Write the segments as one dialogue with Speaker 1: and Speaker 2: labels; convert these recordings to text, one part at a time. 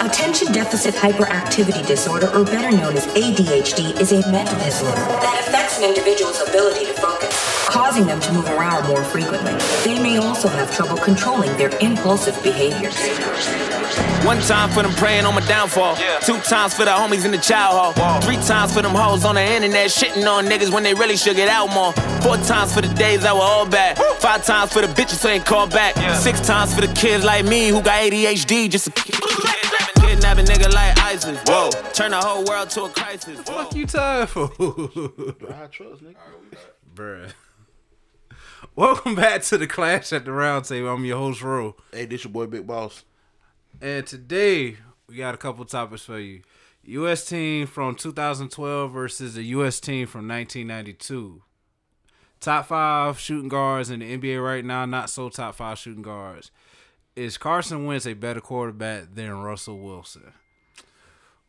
Speaker 1: Attention Deficit Hyperactivity Disorder, or better known as ADHD, is a mental disorder that affects an individual's ability to focus, causing them to move around more frequently. They may also have trouble controlling their impulsive behaviors.
Speaker 2: One time for them praying on my downfall. Two times for the homies in the child hall. Three times for them hoes on the internet shitting on niggas when they really should get out more. Four times for the days that were all bad. Five times for the bitches who ain't called back. Six times for the kids like me who got ADHD just to kidnap a nigga like ISIS. Whoa, turn the whole world to a crisis.
Speaker 3: Fuck you, time for.
Speaker 4: I trust, nigga.
Speaker 3: Bruh. Welcome back to the Clash at the Round Table. I'm your host, Ro.
Speaker 4: Hey, this your boy Big Boss.
Speaker 3: And today, we got a couple topics for you. U.S. team from 2012 versus the U.S. team from 1992. Top five shooting guards in the NBA right now, not so top five shooting guards. Is Carson Wentz a better quarterback than Russell Wilson?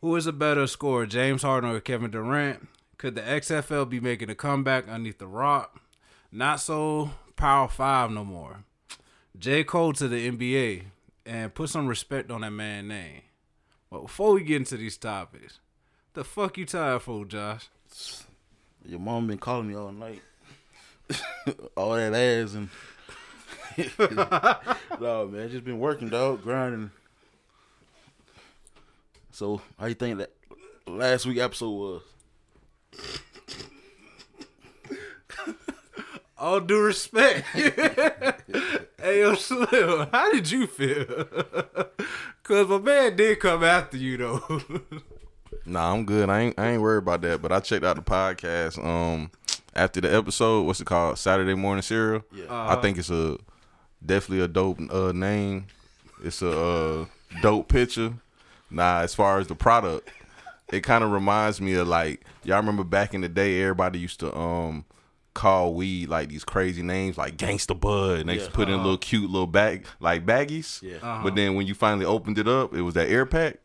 Speaker 3: Who is a better scorer, James Harden or Kevin Durant? Could the XFL be making a comeback underneath the rock? Not so Power 5 no more. J. Cole to the NBA and put some respect on that man's name. But before we get into these topics, the fuck you tired for, Josh?
Speaker 4: Your mom been calling me all night. all that ass and no man, just been working, dog, grinding. So how you think that last week episode was?
Speaker 3: All due respect. hey, yo, Slim, how did you feel? Because my man did come after you, though.
Speaker 5: Nah, I'm good. I ain't I ain't worried about that. But I checked out the podcast. Um, after the episode, what's it called? Saturday morning cereal. Yeah, I think it's a definitely a dope uh, name. It's a uh, dope picture. Nah, as far as the product, it kind of reminds me of like y'all remember back in the day, everybody used to um call weed like these crazy names like Gangsta Bud, and they used to put in little cute little bag like baggies. Yeah. But then when you finally opened it up, it was that air pack.
Speaker 3: Uh-huh.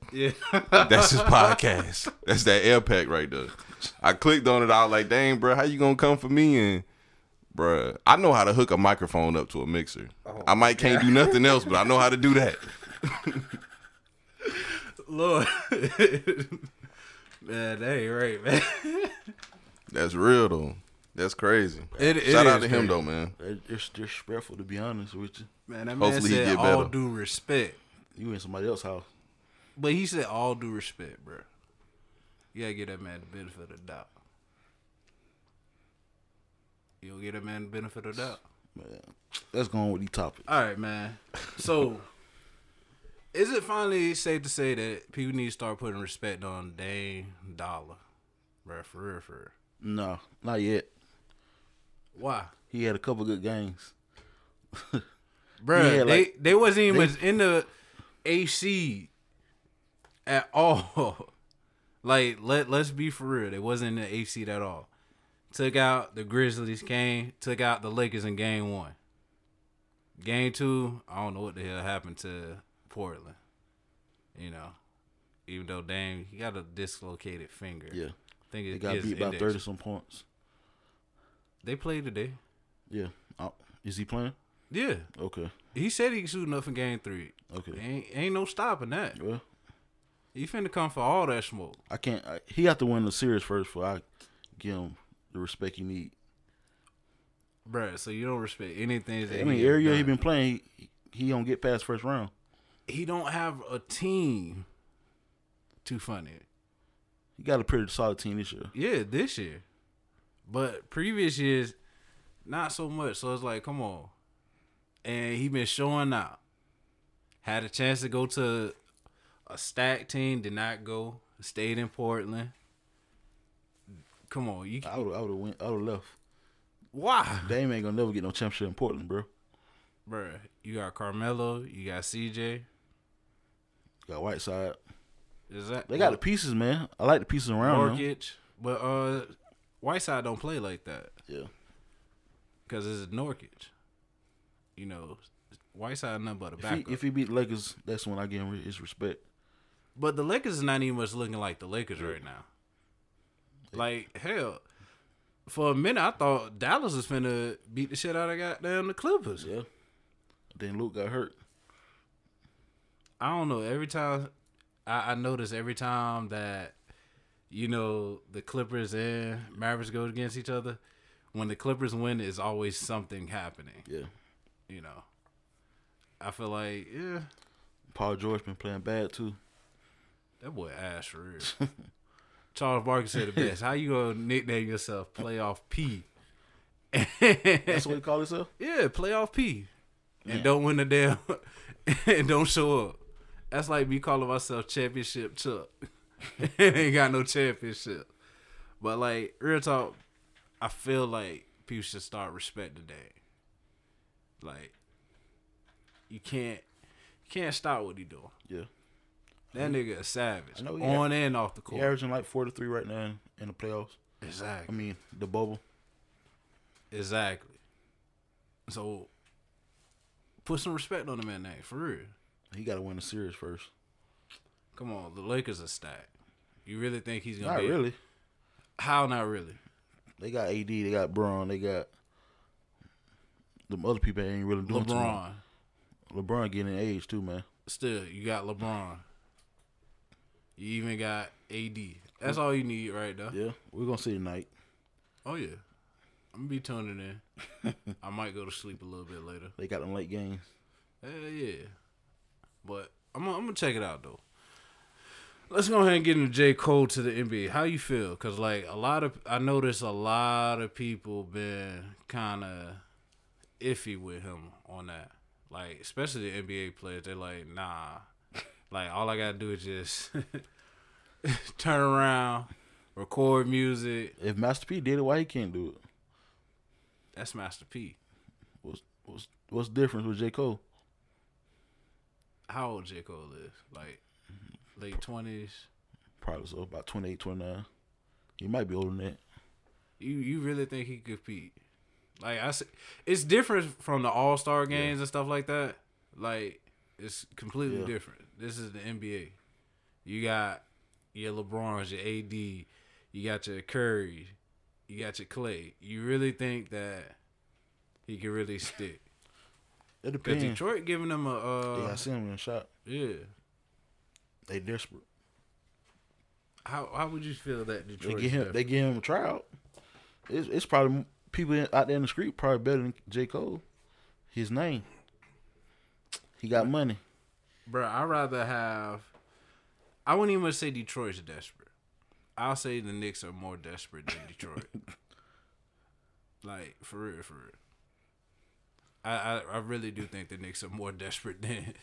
Speaker 3: yeah.
Speaker 5: That's his podcast. That's that air pack right there. I clicked on it. I was like, dang, bro, how you gonna come for me? And bruh, I know how to hook a microphone up to a mixer.
Speaker 3: Oh,
Speaker 5: I might can't do nothing else, but I know how to do that.
Speaker 3: Lord. man, that ain't right, man.
Speaker 5: That's real though. That's crazy.
Speaker 3: It- it
Speaker 5: Shout out
Speaker 3: is
Speaker 5: to
Speaker 3: crazy.
Speaker 5: him though, man.
Speaker 4: That- It's disrespectful to be honest with you.
Speaker 3: Man, that man
Speaker 5: Hopefully he
Speaker 3: said
Speaker 5: get
Speaker 3: all
Speaker 5: better."
Speaker 3: due respect.
Speaker 4: You in somebody else's house.
Speaker 3: But he said all due respect, bro. You gotta get that man the benefit of the doubt. You don't get that man the benefit of the doubt.
Speaker 4: Man, let's go on with the topic.
Speaker 3: All right, man. So, is it finally safe to say that people need to start putting respect on Dame Dollar, bro? For real, for real.
Speaker 4: No, not yet.
Speaker 3: Why,
Speaker 4: He had a couple good games.
Speaker 3: bro?
Speaker 4: Yeah, like-
Speaker 3: they they wasn't even was in the AC at all. like let let's be for real, they wasn't in the AC at all. Took out the Grizzlies game. Took out the Lakers in game one. Game two, I don't know what the hell happened to Portland. You know, even though Dame he got a dislocated finger.
Speaker 4: Yeah.
Speaker 3: I think it,
Speaker 4: They got
Speaker 3: his
Speaker 4: beat by
Speaker 3: index.
Speaker 4: thirty some points.
Speaker 3: They played today.
Speaker 4: Yeah. Oh, is he playing?
Speaker 3: Yeah,
Speaker 4: Okay.
Speaker 3: he said he could shoot enough in game three.
Speaker 4: Okay.
Speaker 3: Ain't ain't no stopping that.
Speaker 4: Well,
Speaker 3: He finna come for all that smoke.
Speaker 4: I can't. I, he have to win the series first for I give him the respect he need.
Speaker 3: Bruh, so you don't respect anything. That
Speaker 4: I mean,
Speaker 3: he ever
Speaker 4: area he
Speaker 3: done.
Speaker 4: been playing, he, he don't get past first round.
Speaker 3: he don't have a team. Too funny.
Speaker 4: He got a pretty solid team this year.
Speaker 3: Yeah, this year, but previous years, not so much. So it's like, come on, and he been showing out. Had a chance to go to a stack team, did not go. Stayed in Portland. Come on, you
Speaker 4: I would, I would have went, I would have left.
Speaker 3: why?
Speaker 4: Dame ain't gonna never get no championship in Portland, bro.
Speaker 3: Bruh, you got Carmelo, you got CJ.
Speaker 4: Got Whiteside.
Speaker 3: Is that
Speaker 4: They got the pieces, man. I like the pieces around them.
Speaker 3: Norkic? But uh, Whiteside don't play like that
Speaker 4: Yeah,
Speaker 3: because it's Norkic. You know, Whiteside nothing but a
Speaker 4: if he,
Speaker 3: backup.
Speaker 4: if he beat the Lakers, that's when I give him his respect.
Speaker 3: but the Lakers is not even much looking like the Lakers right now. Like hell, for a minute I thought Dallas was finna beat the shit out of goddamn the Clippers.
Speaker 4: Yeah. Then Luke got hurt.
Speaker 3: I don't know. Every time I, I notice every time that you know the Clippers and Mavericks go against each other, when the Clippers win, is always something happening.
Speaker 4: Yeah.
Speaker 3: You know, I feel like yeah,
Speaker 4: Paul George been playing bad too.
Speaker 3: that boy ass for real. Charles Barkley said the best. How you gonna nickname yourself Playoff P?
Speaker 4: That's what he called himself.
Speaker 3: Yeah, playoff P. And don't win the damn and don't show up. That's like me calling myself championship Chuck. ain't got no championship. But like real talk, I feel like people should start respecting that. Like you can't you can't stop what he doing.
Speaker 4: Yeah.
Speaker 3: That nigga a savage.
Speaker 4: I know he
Speaker 3: on and off the
Speaker 4: He
Speaker 3: court.
Speaker 4: averaging like forty three right now in- in the playoffs. I
Speaker 3: Exactly.
Speaker 4: mean the bubble.
Speaker 3: Exactly. So put some respect on the man name, for real.
Speaker 4: He got to win the series first.
Speaker 3: Come on, the Lakers are stacked. You really think he's gonna
Speaker 4: Not
Speaker 3: be
Speaker 4: really.
Speaker 3: How not really?
Speaker 4: They got AD. They got Braun. They got them other people that ain't really doing too much.
Speaker 3: LeBron.
Speaker 4: LeBron getting age too, man.
Speaker 3: Still, you got LeBron. You even got AD. That's all you need right now.
Speaker 4: Yeah, we're gonna see tonight.
Speaker 3: Oh yeah, I'm gonna be tuning in. I might go to sleep a little bit later.
Speaker 4: They got them late games.
Speaker 3: Hell yeah, but I'm gonna, I'm gonna check it out though. Let's go ahead and get into J Cole to the NBA. How you feel? Cause like a lot of I noticed a lot of people been kind of iffy with him on that. Like especially the NBA players, they like nah. Like all I gotta do is just turn around, record music.
Speaker 4: If Master P did it, why he can't do it?
Speaker 3: That's Master P.
Speaker 4: What's what's what's the difference with J Cole?
Speaker 3: How old J Cole is? Like late twenties.
Speaker 4: Probably so about 28, 29. He might be older than that.
Speaker 3: You you really think he could compete? Like I, s- it's different from the All Star games and stuff like that. Like it's completely different. This is the NBA. You got your LeBrons, your AD, you got your Curry, you got your Clay. You really think that he can really stick?
Speaker 4: It
Speaker 3: Cause
Speaker 4: depends.
Speaker 3: Detroit giving him a
Speaker 4: yeah,
Speaker 3: uh,
Speaker 4: I see him in the shot.
Speaker 3: yeah.
Speaker 4: They desperate.
Speaker 3: How how would you feel that
Speaker 4: They
Speaker 3: Detroit?
Speaker 4: get him. They give him a tryout. It's it's probably people in- out there in the street probably better than J Cole. His name. He got money.
Speaker 3: Bro, I'd rather have. I wouldn't even say Detroit's desperate. I'll say the Knicks are more desperate than Detroit. like for real, for real. I, I I really do think the Knicks are more desperate than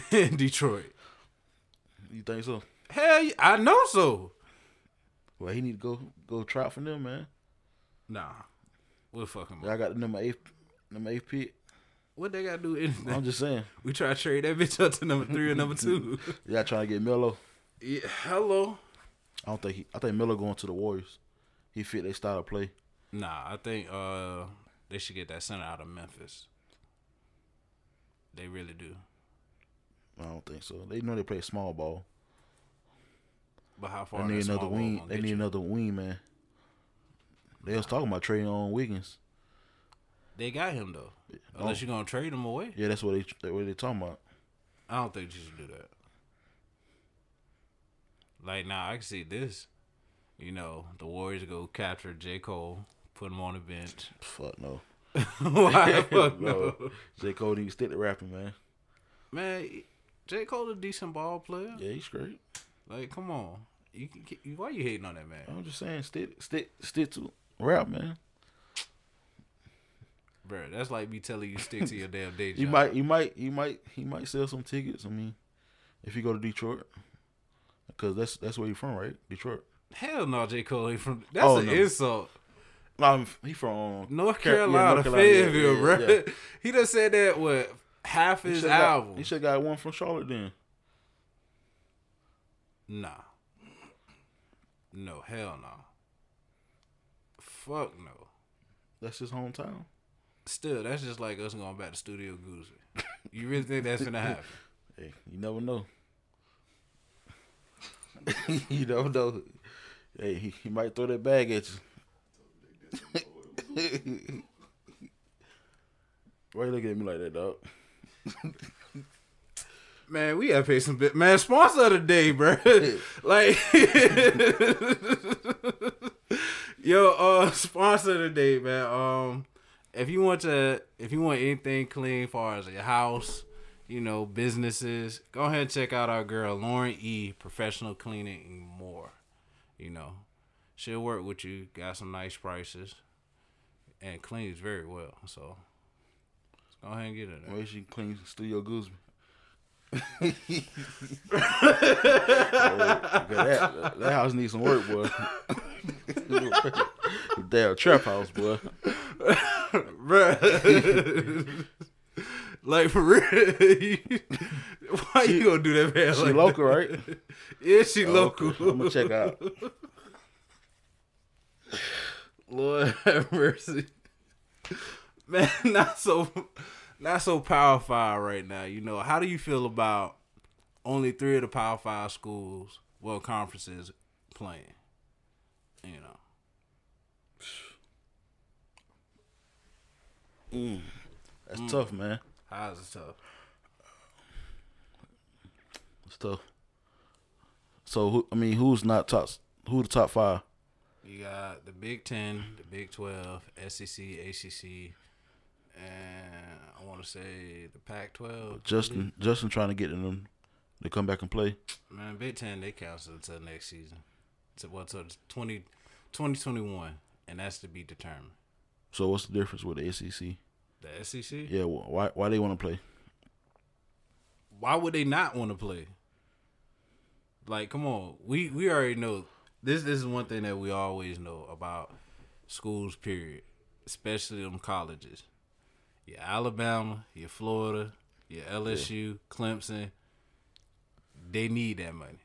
Speaker 3: than Detroit.
Speaker 4: You think so?
Speaker 3: Hell, yeah, I know so.
Speaker 4: Well, he need to go go try out for them, man.
Speaker 3: Nah, we'll fuck 'em up.
Speaker 4: I got the number eight, number eight pick.
Speaker 3: What they got to do? Anything?
Speaker 4: I'm just saying,
Speaker 3: we try to trade that bitch up to number three or number two.
Speaker 4: y'all trying to get Melo.
Speaker 3: yeah, hello.
Speaker 4: I don't think he, I think Melo going to the Warriors. He fit their style of play.
Speaker 3: Nah, I think uh they should get that center out of Memphis. They really do.
Speaker 4: I don't think so. They know they play small ball.
Speaker 3: But how
Speaker 4: They
Speaker 3: far?
Speaker 4: need
Speaker 3: that small
Speaker 4: another
Speaker 3: ball
Speaker 4: wing.
Speaker 3: gonna
Speaker 4: They
Speaker 3: get
Speaker 4: need
Speaker 3: you?
Speaker 4: another wing, man. They was talking about trading on Wiggins.
Speaker 3: They got him though.
Speaker 4: Oh.
Speaker 3: Unless you're gonna trade him away,
Speaker 4: Yeah, that's what they that's what they talking about.
Speaker 3: I don't think you should do that. Like, nah, I can see this. You know, the Warriors go capture J. Cole, put him on the bench.
Speaker 4: Fuck no.
Speaker 3: Why the fuck no?
Speaker 4: No. J Cole need to stick to rapping, man.
Speaker 3: Man, J. Cole a decent ball player.
Speaker 4: Yeah, he's great.
Speaker 3: Like, come on. You, you, why you hating on that man?
Speaker 4: I'm just saying, stick stick stick to rap, man.
Speaker 3: Bruh, that's like me telling you stick to your damn day job.
Speaker 4: You might, you might, you might, he might sell some tickets. I mean, if you go to Detroit, because that's that's where you from, right? Detroit.
Speaker 3: Hell no, J. Cole ain't from. That's
Speaker 4: Oh,
Speaker 3: an
Speaker 4: no.
Speaker 3: insult.
Speaker 4: No, I'm, he from
Speaker 3: North
Speaker 4: Car- yeah,
Speaker 3: Carolina,
Speaker 4: yeah,
Speaker 3: Fayetteville,
Speaker 4: yeah,
Speaker 3: bro.
Speaker 4: yeah.
Speaker 3: He done said that with half
Speaker 4: He
Speaker 3: his
Speaker 4: should
Speaker 3: album.
Speaker 4: got, he should got one from Charlotte then.
Speaker 3: nah. No, hell no. Fuck no.
Speaker 4: That's his hometown.
Speaker 3: Still, that's just like us going back to Studio Goosey. You really think that's gonna happen?
Speaker 4: Hey, you never know. you never know. Hey, he, he might throw that bag at you. Why you looking at me like that, dog?
Speaker 3: Man, we gotta pay some bit. Man, sponsor of the day, bro. like, yo, uh, sponsor of the day, man. Um, if you want to, if you want anything clean, as far as your house, you know, businesses, go ahead and check out our girl Lauren E. Professional Cleaning and more. You know, she'll work with you. Got some nice prices, and cleans very well. So, go ahead and get it.
Speaker 4: Where she cleans Studio Guzman. Oh, boy, that, that house needs some work, boy. Damn trap house, boy.
Speaker 3: Bruh. like for real. Why you gonna do that, man?
Speaker 4: She
Speaker 3: like
Speaker 4: local, Oh, right?
Speaker 3: That? Yeah, she local.
Speaker 4: I'm gonna check out.
Speaker 3: Lord have mercy. Man, not so not so power five right now. You know, how do you feel about only three of the power five schools, well conferences playing? You know.
Speaker 4: That's tough, man.
Speaker 3: How's it tough?
Speaker 4: It's tough. So who, I mean, who's not top? Who the top five?
Speaker 3: You got the Big Ten, the Big Twelve, E SEC, ACC, and I want to say the Pac twelve.
Speaker 4: Justin, Justin trying to get them to come back and play.
Speaker 3: man, Big Ten they cancel until next season. So well, till 20, 2021, and that's to be determined.
Speaker 4: So what's the difference with the SEC?
Speaker 3: The E SEC.
Speaker 4: Yeah, wh- why why they want to play?
Speaker 3: Why would they not want to play? Like, come on, we we already know this. This is one thing that we always know about schools. Period, especially them colleges. Your Alabama, your Florida, your LSU, Clemson. They need that money.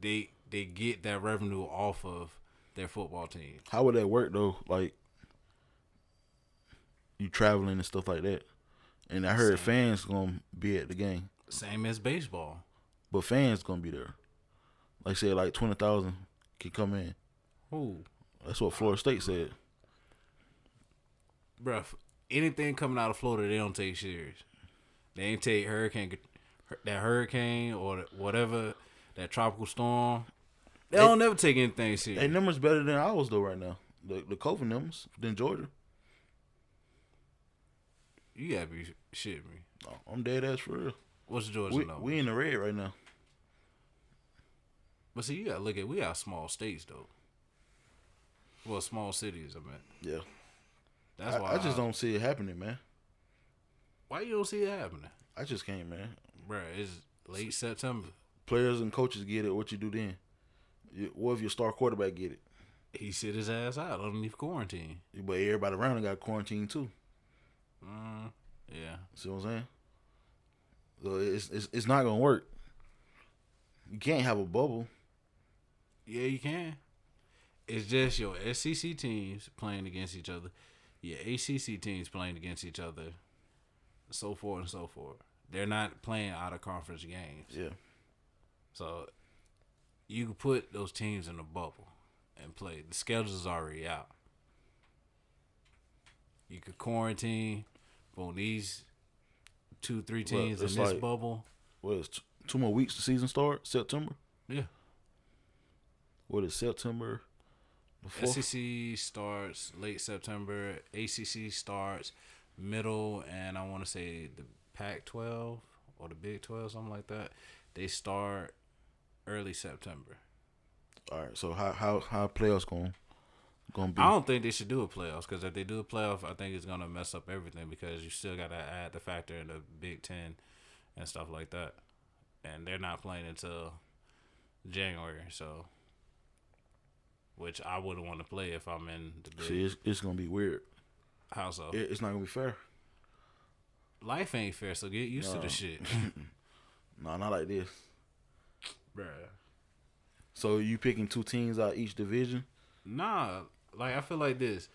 Speaker 3: They they get that revenue off of their football team.
Speaker 4: How would that work though? Like you traveling and stuff like that. And I heard fans gonna be at the game,
Speaker 3: Same as baseball.
Speaker 4: but fans gonna be there. Like say like twenty thousand can come in.
Speaker 3: Ooh.
Speaker 4: That's what Florida State said.
Speaker 3: bruh, anything coming out of Florida, they don't take serious. They ain't take hurricane, that hurricane or whatever, that tropical storm. They, don't never take anything serious.
Speaker 4: Their numbers better than ours though right now. The the COVID numbers than Georgia.
Speaker 3: you gotta be shitting me.
Speaker 4: Oh, I'm dead ass for real.
Speaker 3: What's Georgia
Speaker 4: We,
Speaker 3: number?
Speaker 4: we in the red right now.
Speaker 3: but see, you gotta look at we got small states though. Well, small cities. I mean,
Speaker 4: Yeah.
Speaker 3: that's
Speaker 4: I,
Speaker 3: why
Speaker 4: I just don't see it happening, man.
Speaker 3: Why you don't see it happening,
Speaker 4: I just can't, man.
Speaker 3: bruh? It's late September.
Speaker 4: Players and coaches get it. What you do then? You, what if your star quarterback get it?
Speaker 3: He sit his ass out underneath quarantine.
Speaker 4: But everybody around him got quarantined too.
Speaker 3: Mm, Yeah,
Speaker 4: See what I'm saying? So it's it's, it's not gonna work. You can't have a bubble.
Speaker 3: Yeah, you can. It's just your SEC teams playing against each other, your ACC teams playing against each other, so forth and so forth. They're not playing out of conference games.
Speaker 4: Yeah.
Speaker 3: So you can put those teams in a bubble and play. The schedule's already out. You could quarantine on these two, three teams
Speaker 4: it's
Speaker 3: in this
Speaker 4: like-
Speaker 3: bubble.
Speaker 4: Well, it's t- two more weeks. The season start September.
Speaker 3: Yeah.
Speaker 4: What is September? The fourth.
Speaker 3: SEC E starts late September. ACC starts middle, and I want to say the Pac-12 or the Big 12, something like that. They start early September.
Speaker 4: All right. So how how how playoffs going gonna be?
Speaker 3: I don't think they should do a playoffs because if they do a playoff, I think it's gonna mess up everything because you still gotta add the factor in the Big Ten and stuff like that, and they're not playing until January, so. Which I wouldn't want to play if I'm in the
Speaker 4: See,
Speaker 3: big
Speaker 4: it's, it's gonna be weird.
Speaker 3: house. Of.
Speaker 4: It, it's not gonna be fair.
Speaker 3: life ain't fair, so get used to the shit.
Speaker 4: No, not like this.
Speaker 3: Bruh.
Speaker 4: So you picking two teams out each division?
Speaker 3: Nah, like I feel like this.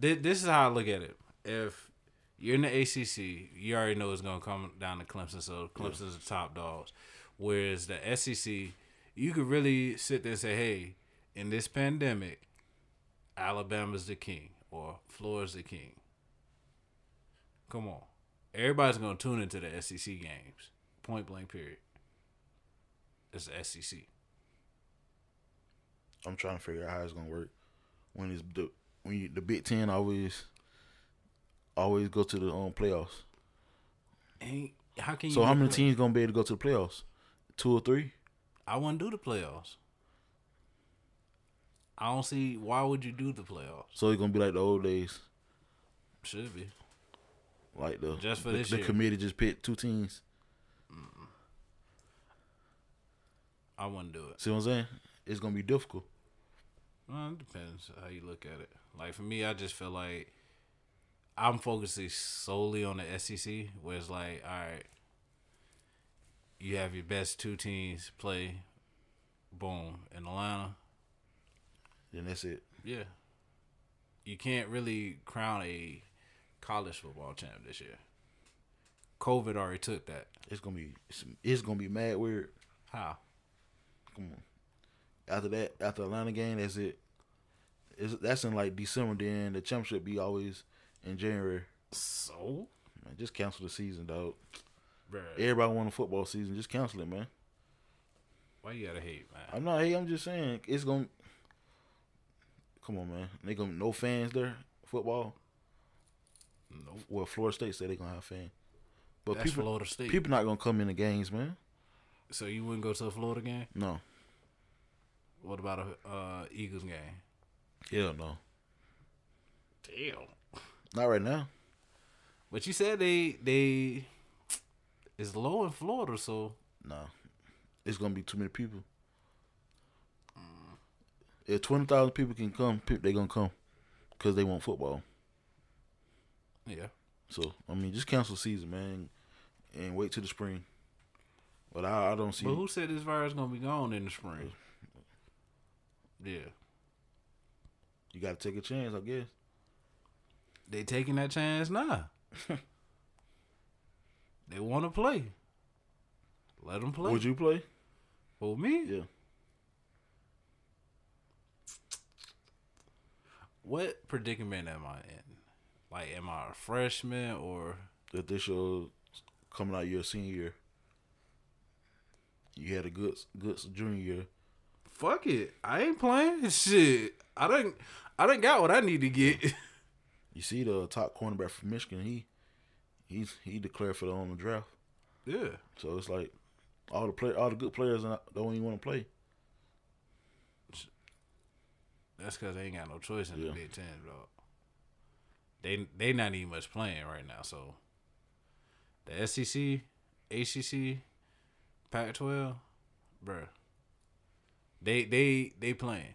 Speaker 3: Thi- This is how I look at it. If you're in the ACC, you already know it's gonna come down to Clemson, so Clemson's the top dogs. Whereas the SEC, you could really sit there and say, "Hey, in this pandemic, Alabama's the king or Florida's the king." Come on, everybody's gonna tune into the SEC E games. Point blank period. It's the E SEC.
Speaker 4: I'm trying to figure out how it's gonna work. When it's the when you, the Big Ten always always go to the um playoffs.
Speaker 3: Ain't how can you?
Speaker 4: So how
Speaker 3: do
Speaker 4: many
Speaker 3: play-
Speaker 4: teams gonna be able to go to the playoffs? Two or three?
Speaker 3: I wouldn't do the playoffs. I don't see why would you do the playoffs.
Speaker 4: So it's gonna be like the old days,
Speaker 3: Should be.
Speaker 4: like the
Speaker 3: Just for
Speaker 4: the,
Speaker 3: this
Speaker 4: the
Speaker 3: year.
Speaker 4: committee just picked two teams.
Speaker 3: I wouldn't do it.
Speaker 4: See what I'm saying? It's gonna be difficult.
Speaker 3: Well, it depends how you look at it. Like for me, I just feel like I'm focusing solely on the SEC, where it's like, all right, you have your best two teams play, boom, in Atlanta.
Speaker 4: Then that's it.
Speaker 3: Yeah, you can't really crown a college football champ this year. COVID already took that.
Speaker 4: It's gonna be it's, it's gonna be mad weird.
Speaker 3: How?
Speaker 4: Come on. After that, after Atlanta game, that's it. It's, that's in like December. Then the championship be always in January.
Speaker 3: So,
Speaker 4: Man, just cancel the season, dog.
Speaker 3: bruh,
Speaker 4: Everybody want a football season. Just cancel it, man.
Speaker 3: why you gotta hate, man?
Speaker 4: I'm not. Hey, I'm just saying it's gonna. Come on, man. They gonna no fans there. Football.
Speaker 3: Nope.
Speaker 4: Well, Florida State said they gonna have fans, but
Speaker 3: That's
Speaker 4: people
Speaker 3: Florida State.
Speaker 4: people not gonna come in the games, man.
Speaker 3: So you wouldn't go to a Florida game?
Speaker 4: No.
Speaker 3: What about a uh, Eagles game?
Speaker 4: Yeah, no.
Speaker 3: Damn.
Speaker 4: Not right now.
Speaker 3: But you said they they it's low in Florida, so
Speaker 4: No. It's gonna be too many people.
Speaker 3: Mm.
Speaker 4: If twenty thousand people can come, pe- they gonna come, cause they want football.
Speaker 3: yeah.
Speaker 4: So I mean, just cancel season, man, and wait till the spring. But I, I don't see.
Speaker 3: But who said this virus gonna be gone in the spring? Yeah,
Speaker 4: You gotta take a chance, I guess.
Speaker 3: they taking that chance now. they want to play. Let them play.
Speaker 4: Would you play?
Speaker 3: For me,
Speaker 4: Yeah.
Speaker 3: what predicament am I in? Like, am I a freshman or
Speaker 4: If this your coming out your senior year, you had a good good junior year.
Speaker 3: fuck it? I ain't playing shit. I don't. I don't got what I need to get.
Speaker 4: You see the top cornerback from Michigan, he he's he declared for the on the draft.
Speaker 3: yeah.
Speaker 4: So it's like all the play all the good players don't even want to play.
Speaker 3: That's because they ain't got no choice in
Speaker 4: Yeah.
Speaker 3: the Big Ten, dog. They they not even much playing right now. So the E SEC, ACC, Pac-12, bruh. They they they playing.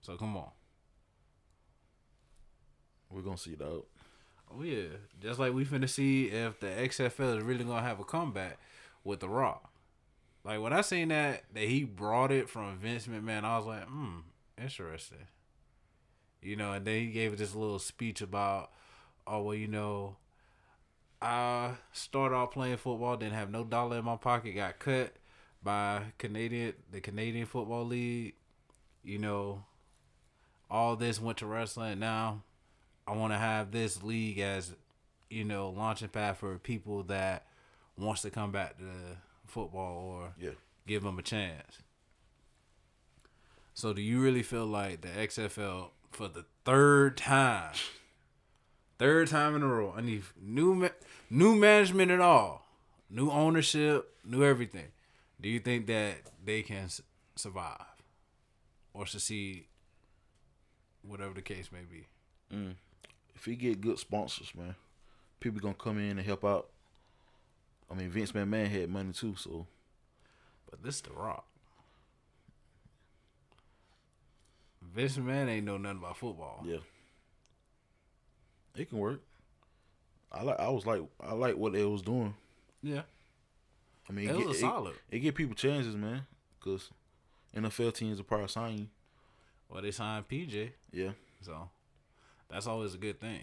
Speaker 3: So come on.
Speaker 4: We're gonna see though.
Speaker 3: Oh yeah, just like we finna see if the XFL is really gonna have a comeback with The Rock. Like when I seen that that he brought it from Vince McMahon, I was like, hmm, interesting. You know, and then he gave this little speech about, oh well, you know, I started off playing football, didn't have no dollar in my pocket, got cut by Canadian the Canadian Football League. You know, all this went to wrestling. Now I want to have this league as you know launching pad for people that wants to come back to football or
Speaker 4: Yeah.
Speaker 3: give them a chance. So do you really feel like the XFL for the third time, third time in a row? I need new ma- new management at all, new ownership, new everything. Do you think that they can s- survive or succeed, whatever the case may be?
Speaker 4: If he get good sponsors, man, people gonna come in and help out. I mean, Vince McMahon had money too, so
Speaker 3: But this The Rock. Vince McMahon ain't know nothing about football.
Speaker 4: yeah, it can work. I like. I was like. I like what they was doing.
Speaker 3: yeah.
Speaker 4: I mean,
Speaker 3: It was a
Speaker 4: it,
Speaker 3: solid.
Speaker 4: It, give people chances, man, because NFL teams are probably signing you.
Speaker 3: Well, they signed PJ.
Speaker 4: Yeah,
Speaker 3: So that's always a good thing,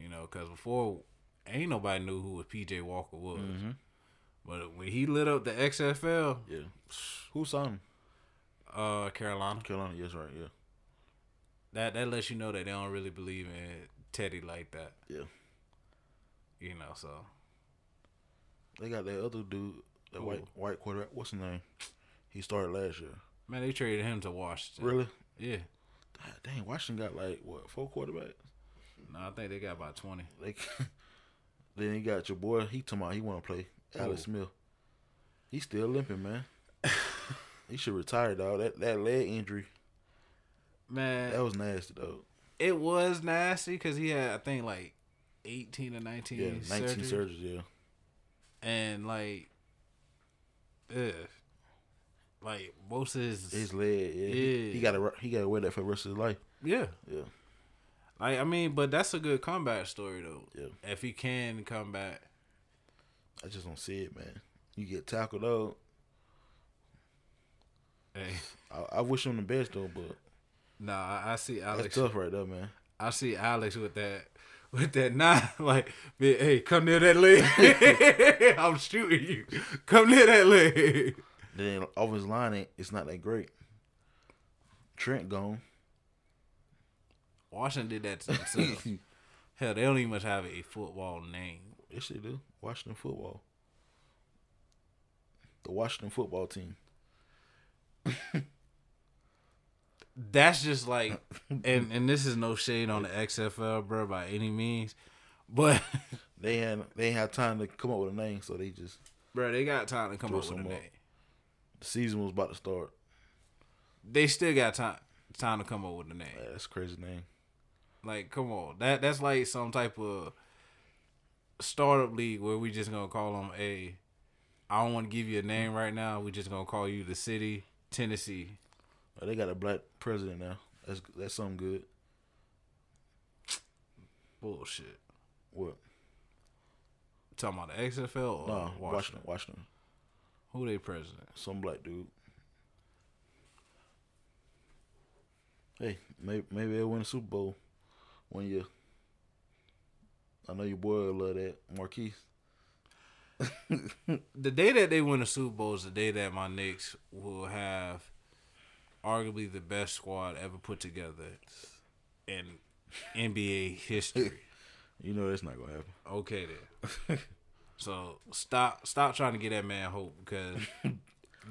Speaker 3: you know. Because before, ain't nobody knew who PJ Walker was.
Speaker 4: Mm-hmm.
Speaker 3: But when he lit up the XFL,
Speaker 4: yeah. Who signed him?
Speaker 3: uh, Carolina,
Speaker 4: Carolina? Yes, right. Yeah,
Speaker 3: that that lets you know that they don't really believe in Teddy like that,
Speaker 4: yeah.
Speaker 3: you know. So
Speaker 4: They got that other dude, that white white quarterback. What's his name? He started last year.
Speaker 3: Man, they traded him to Washington.
Speaker 4: Really?
Speaker 3: Yeah.
Speaker 4: God, dang, Washington got like what four quarterbacks?
Speaker 3: No, I think they got about twenty.
Speaker 4: Like, then you got your boy. He talking about he want to play Alex Smith. He's still limping, man. he should retire, dog. That that leg injury
Speaker 3: Man,
Speaker 4: that was nasty, though.
Speaker 3: it was nasty because he had I think like eighteen or nineteen,
Speaker 4: Yeah, nineteen
Speaker 3: surgeries.
Speaker 4: surgeries. Yeah,
Speaker 3: and like, ugh. like most of his,
Speaker 4: his leg. Yeah,
Speaker 3: Yeah.
Speaker 4: He, got to he got to wear that for the rest of his life.
Speaker 3: yeah,
Speaker 4: Yeah,
Speaker 3: like I mean, but that's a good comeback story though.
Speaker 4: Yeah.
Speaker 3: If he can come back,
Speaker 4: I just don't see it, man. You get tackled up.
Speaker 3: hey,
Speaker 4: I, I wish him the best though, but
Speaker 3: nah, I, I see
Speaker 4: that's
Speaker 3: Alex.
Speaker 4: tough right there, man.
Speaker 3: I see Alex with that with that nine. Like, man, hey, come near that leg. I'm shooting you. Come near that leg.
Speaker 4: Then off his line, it- it's not that great. Trent gone.
Speaker 3: Washington did that to themselves. Hell, they don't even much have a football name.
Speaker 4: Yes, they do. Washington football. The Washington football team.
Speaker 3: That's just like, and and this is no shade on the XFL, bro, by any means, but
Speaker 4: They had they ain't had time to come up with a name, so they just
Speaker 3: bro, they got time to come
Speaker 4: Throw
Speaker 3: up with a
Speaker 4: some up.
Speaker 3: name.
Speaker 4: the season was about to start.
Speaker 3: They still got time time to come up with a name.
Speaker 4: Yeah, that's a crazy name.
Speaker 3: Like, come on, that that's like some type of startup league where we just gonna call them a. I don't want to give you a name right now. We just gonna call you the city Tennessee.
Speaker 4: Oh, they got a black president now. That's that's something good.
Speaker 3: Bullshit.
Speaker 4: What?
Speaker 3: Talking about the XFL or
Speaker 4: No,
Speaker 3: Oh, Washington?
Speaker 4: Washington. Washington.
Speaker 3: Who they president?
Speaker 4: Some black dude. Hey, maybe maybe they'll win the Super Bowl one year. I know your boy will love that, Marquise.
Speaker 3: The day that they win the Super Bowl is the day that my Knicks will have arguably the best squad ever put together in NBA history.
Speaker 4: You know that's not gonna happen.
Speaker 3: Okay then. so stop stop trying to get that man hope because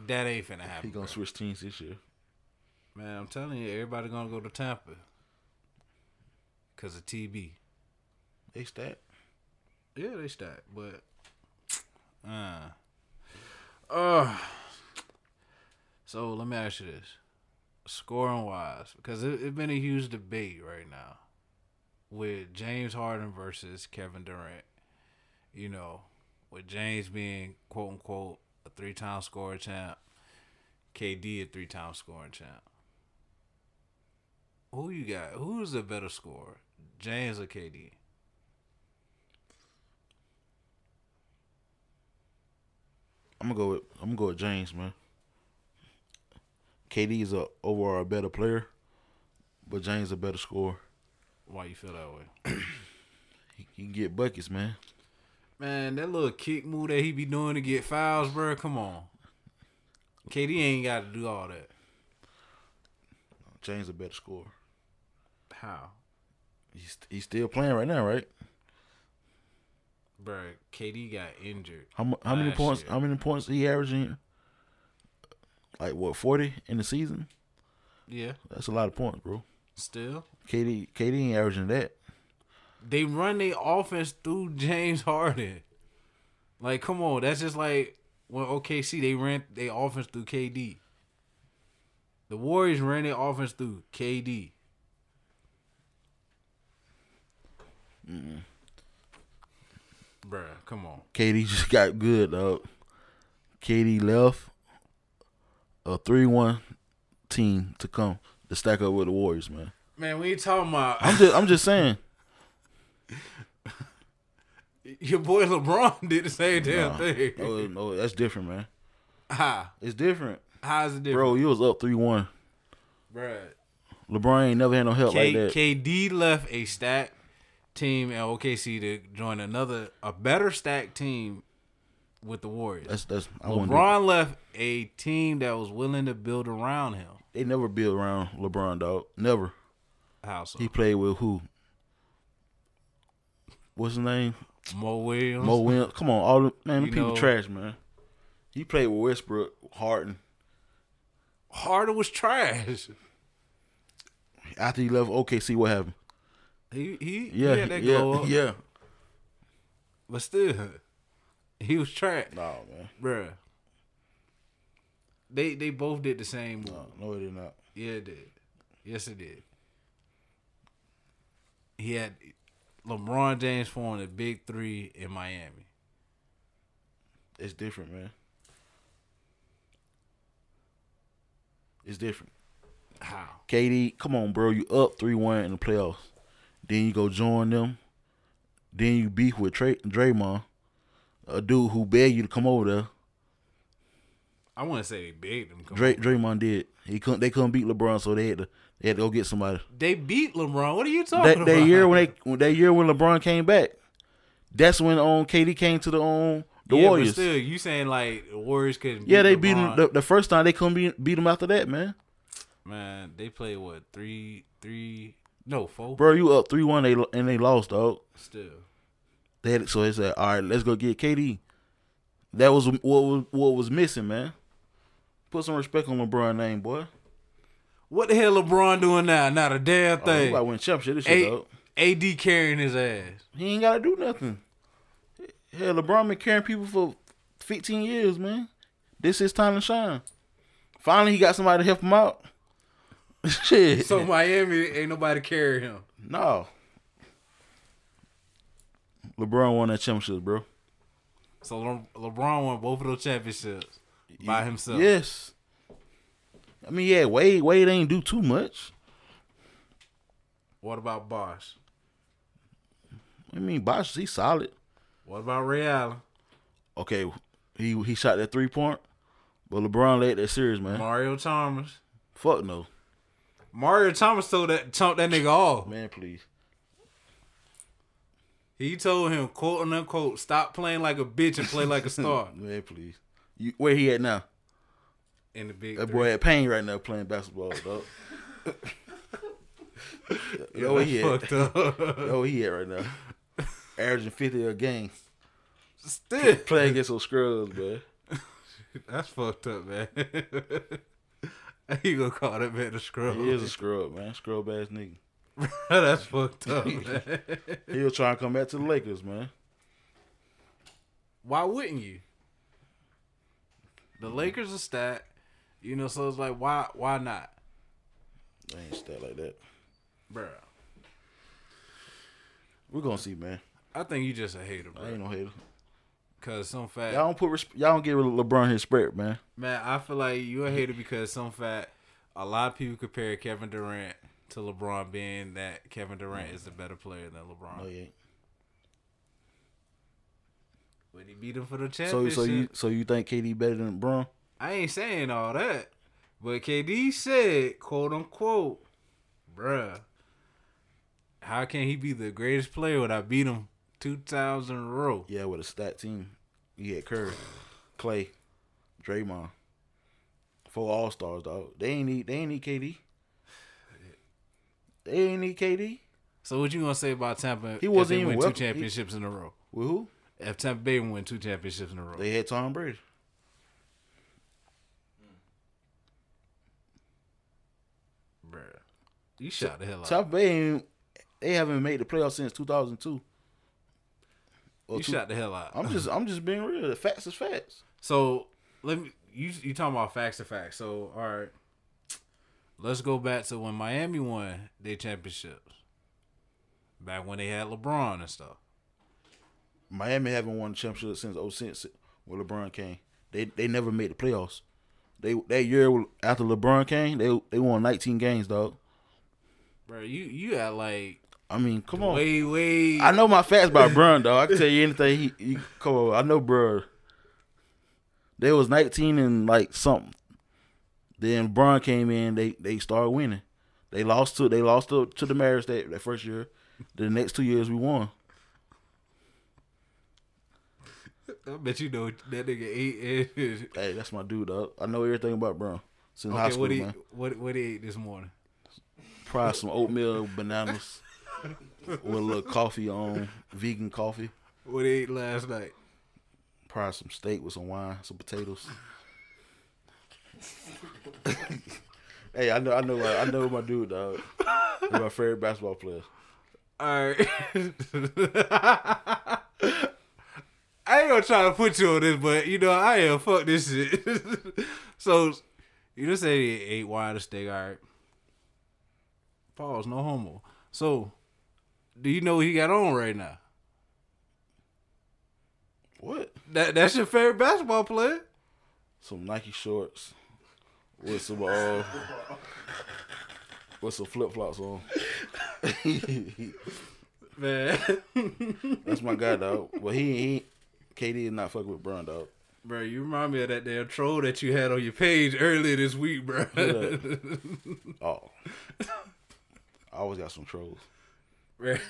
Speaker 3: that ain't finna
Speaker 4: He
Speaker 3: happen.
Speaker 4: gonna
Speaker 3: bro.
Speaker 4: switch teams this year.
Speaker 3: Man, I'm telling you, everybody gonna go to Tampa because of TB.
Speaker 4: They stat.
Speaker 3: Yeah, they stacked, but uh, uh. So let me ask you this: scoring wise, because it's it been a huge debate right now with James Harden versus Kevin Durant. You know, with James being quote unquote a three-time scoring champ, KD a three-time scoring champ. Who you got? Who's the better scorer, James or KD?
Speaker 4: I'm gonna go with I'm gonna go with James, man. KD is a overall better player, but James a better scorer.
Speaker 3: Why you feel that way?
Speaker 4: He, he can get buckets, man.
Speaker 3: Man, that little kick move that he be doing to get fouls, bro. Come on, KD ain't got to do all that.
Speaker 4: James a better scorer.
Speaker 3: How,
Speaker 4: He's he's still playing right now, right?
Speaker 3: bro? KD got injured.
Speaker 4: How mu- how many
Speaker 3: Last
Speaker 4: points?
Speaker 3: year.
Speaker 4: How many points he averaging? Like what, forty in the season?
Speaker 3: Yeah,
Speaker 4: That's a lot of points, bro.
Speaker 3: still
Speaker 4: KD KD ain't averaging that.
Speaker 3: they run their offense through James Harden. Like, come on, that's just like when OKC they ran their offense through KD. The Warriors ran their offense through KD. Bruh, come on.
Speaker 4: KD just got good. Uh, KD left a three-one team to come to stack up with the Warriors, man.
Speaker 3: Man, we ain't talking about
Speaker 4: I'm just I'm just saying.
Speaker 3: Your boy LeBron did the same damn
Speaker 4: Nah.
Speaker 3: thing.
Speaker 4: No, Oh, no, that's different, man.
Speaker 3: How?
Speaker 4: It's different,
Speaker 3: How's it different?
Speaker 4: bro. You was up three-one.
Speaker 3: Bro,
Speaker 4: LeBron ain't never had no help
Speaker 3: K-
Speaker 4: like that.
Speaker 3: KD left a stacked team at OKC to join another, a better stacked team with the Warriors.
Speaker 4: That's that's I wouldn't do-
Speaker 3: LeBron left a team that was willing to build around him.
Speaker 4: They never built around LeBron, dog. Never.
Speaker 3: How so?
Speaker 4: He played with who? What's his name?
Speaker 3: Mo Williams.
Speaker 4: Mo Williams. Come on, all the man, them
Speaker 3: You
Speaker 4: people
Speaker 3: know-
Speaker 4: trash, man. He played with Westbrook, Harden.
Speaker 3: Harder was trash.
Speaker 4: After he left OKC, what happened?
Speaker 3: He he, he
Speaker 4: Yeah,
Speaker 3: had that
Speaker 4: yeah,
Speaker 3: glow up.
Speaker 4: yeah.
Speaker 3: But still, he was trash.
Speaker 4: No, man.
Speaker 3: Bruh. They they both did the same move.
Speaker 4: No, Uh, no, it did not.
Speaker 3: Yeah, it did. Yes, it did. He had LeBron James forming a big three in Miami.
Speaker 4: It's different, man. It's different.
Speaker 3: How?
Speaker 4: KD, come on, bro. You up three one in the playoffs. Then you go join them. Then you beef with Tra- Draymond, a dude who begged you to come over there.
Speaker 3: I want to say they begged him. Come
Speaker 4: Dray- Draymond did. He couldn't. They couldn't beat LeBron, so they had to. They had to go get somebody.
Speaker 3: on. They beat LeBron. What are you talking
Speaker 4: That,
Speaker 3: about?
Speaker 4: that year when they that year when LeBron came back, that's when on KD came to the on the
Speaker 3: yeah,
Speaker 4: Warriors.
Speaker 3: But still, you saying like the Warriors couldn't?
Speaker 4: yeah, they beat him
Speaker 3: LeBron.
Speaker 4: the, the first time. They couldn't beat, beat him after that, man.
Speaker 3: Man, they played what three, three, no four.
Speaker 4: Bro, you up three one. They lo- and they lost, dog.
Speaker 3: Still,
Speaker 4: They had, so they said, all right, let's go get KD. That was what was what was missing, man. Put some respect on LeBron's name, boy.
Speaker 3: what the hell LeBron doing now? Not a damn
Speaker 4: Hey,
Speaker 3: thing.
Speaker 4: I win championship this year,
Speaker 3: A-
Speaker 4: dog.
Speaker 3: AD carrying his ass.
Speaker 4: He ain't gotta do nothing. Hell, LeBron been carrying people for 15 years, man. This is time to shine. Finally, he got somebody to help him out. Shit,
Speaker 3: So Miami ain't nobody carry him.
Speaker 4: no. LeBron won that championship, bro.
Speaker 3: So Le- LeBron won both of those championships by himself.
Speaker 4: Yes. I mean, yeah, Wade. Wade ain't do too much.
Speaker 3: What about Bosh?
Speaker 4: I mean, Bosh, he's solid.
Speaker 3: What about Ray Allen?
Speaker 4: okay, he he shot that three point, but LeBron led that series, man.
Speaker 3: Mario Chalmers.
Speaker 4: Fuck no,
Speaker 3: Mario Chalmers told that chumped that nigga off.
Speaker 4: man, please.
Speaker 3: He told him, quote unquote, stop playing like a bitch and play like a star
Speaker 4: man, please. You, where he at now?
Speaker 3: in the big.
Speaker 4: That
Speaker 3: Three.
Speaker 4: boy had pain right now playing basketball, dog. you know where he at?
Speaker 3: Fucked up.
Speaker 4: You know where he at right now? Averaging fifty a game,
Speaker 3: Still,
Speaker 4: playing against those scrubs, man.
Speaker 3: that's fucked up, man. you gonna call that man a scrub?
Speaker 4: He is a scrub, man. Scrub ass nigga.
Speaker 3: that's fucked up. man.
Speaker 4: He'll try and come back to the Lakers, man.
Speaker 3: Why wouldn't you? The Lakers are stacked, you know. So it's like, why, why not,
Speaker 4: They ain't stat like that.
Speaker 3: bro?
Speaker 4: We're gonna see, man.
Speaker 3: I think you just a hater,
Speaker 4: I ain't
Speaker 3: bro.
Speaker 4: no hater.
Speaker 3: Cause some fact,
Speaker 4: Y'all don't put resp- y'all don't give LeBron his respect, man.
Speaker 3: man, I feel like you a hater because some fact, a lot of people compare Kevin Durant to LeBron, being that Kevin Durant is the better player than LeBron.
Speaker 4: No, he ain't.
Speaker 3: But he beat him for the
Speaker 4: So
Speaker 3: championship.
Speaker 4: so you so you think KD better than LeBron?
Speaker 3: I ain't saying all that. But KD said, quote unquote, bruh, how can he be the greatest player when I beat him two times in a row?
Speaker 4: Yeah, with a stat team. You had Curry, Clay, Draymond, four All Stars, dog. They ain't need they ain't need KD. They ain't need KD.
Speaker 3: So what you gonna say about Tampa?
Speaker 4: He wasn't
Speaker 3: if they
Speaker 4: even
Speaker 3: win
Speaker 4: welcome.
Speaker 3: two championships in a row.
Speaker 4: With who?
Speaker 3: If Tampa Bay win two championships in a row,
Speaker 4: They had Tom Brady.
Speaker 3: bruh, you shot the hell out.
Speaker 4: Tampa Bay ain't, they haven't made the playoffs since two thousand two.
Speaker 3: you shot the hell out.
Speaker 4: I'm just I'm just being real. The facts is facts.
Speaker 3: So let me you you talking about facts to facts. So all right, let's go back to when Miami won their championships. Back when they had LeBron and stuff.
Speaker 4: Miami haven't won a championship since 06 when LeBron came. They they never made the playoffs. They that year after LeBron came, they they won 19 games, dog.
Speaker 3: Bro, you you act like
Speaker 4: I mean, come on.
Speaker 3: way way.
Speaker 4: I know my facts about Brun, dog. I can tell you anything. He, he come on. I know, bro. They was 19 and like something. Then Bron came in. They they started winning. They lost to they lost to, to the Mariners that, that first year. The next two years we won.
Speaker 3: I bet you know that nigga ate. okay,
Speaker 4: Hey, that's my dude, dog. I know everything about Bron since high school,
Speaker 3: what he
Speaker 4: man.
Speaker 3: what what he ate this morning?
Speaker 4: Probably some oatmeal bananas with a little coffee on vegan coffee.
Speaker 3: What he ate last night?
Speaker 4: Probably some steak with some wine, some potatoes. hey, I know, I know, I know my dude, dog. He's my favorite basketball player.
Speaker 3: All right. I ain't gonna try to put you on this, but you know I am. Fuck this shit. so you just say he ate wine and steak. All right. Pause. No homo. So do you know what he got on right now?
Speaker 4: What?
Speaker 3: That that's your favorite basketball player.
Speaker 4: Some Nike shorts with some uh, with some flip flops on.
Speaker 3: Man,
Speaker 4: That's my guy, dog. Well, he, he KD is not fucking with Bron, dog.
Speaker 3: bro, you remind me of that damn troll that you had on your page earlier this week, bro.
Speaker 4: Oh, I always got some trolls.
Speaker 3: Right.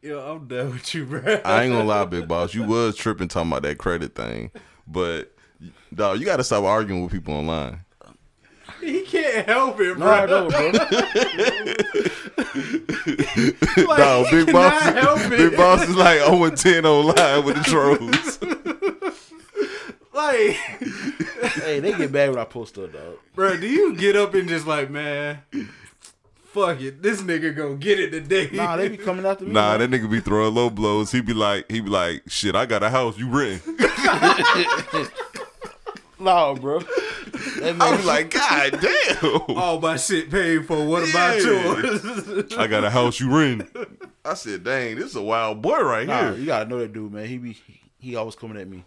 Speaker 3: Yo, I'm done with you, bro.
Speaker 5: I ain't gonna lie, big boss. You was tripping talking about that credit thing, but dog, you gotta stop arguing with people online.
Speaker 3: he can't help it,
Speaker 4: No, I
Speaker 3: bro.
Speaker 4: know, bro.
Speaker 3: like,
Speaker 5: Dog,
Speaker 3: he
Speaker 5: big
Speaker 3: cannot
Speaker 5: boss,
Speaker 3: help it.
Speaker 5: big boss is like oh, 0 10 online with the trolls.
Speaker 3: Like,
Speaker 4: hey, they get mad when I post stuff, dog.
Speaker 3: bro, do you get up and just like, man, fuck it, this nigga gonna get it today?
Speaker 4: Nah, they be coming after me.
Speaker 5: nah,
Speaker 4: dog.
Speaker 5: that nigga be throwing low blows. He be like, he be like, shit, I got a house, you rent.
Speaker 4: nah, bro. That
Speaker 5: I
Speaker 4: man,
Speaker 5: was like, God damn.
Speaker 3: All my shit paid for. What about
Speaker 5: Yeah.
Speaker 3: yours?
Speaker 5: I got a house, you rent. I said, dang, this is a wild boy right
Speaker 4: nah,
Speaker 5: here.
Speaker 4: you gotta know that dude, man. He be he always coming at me,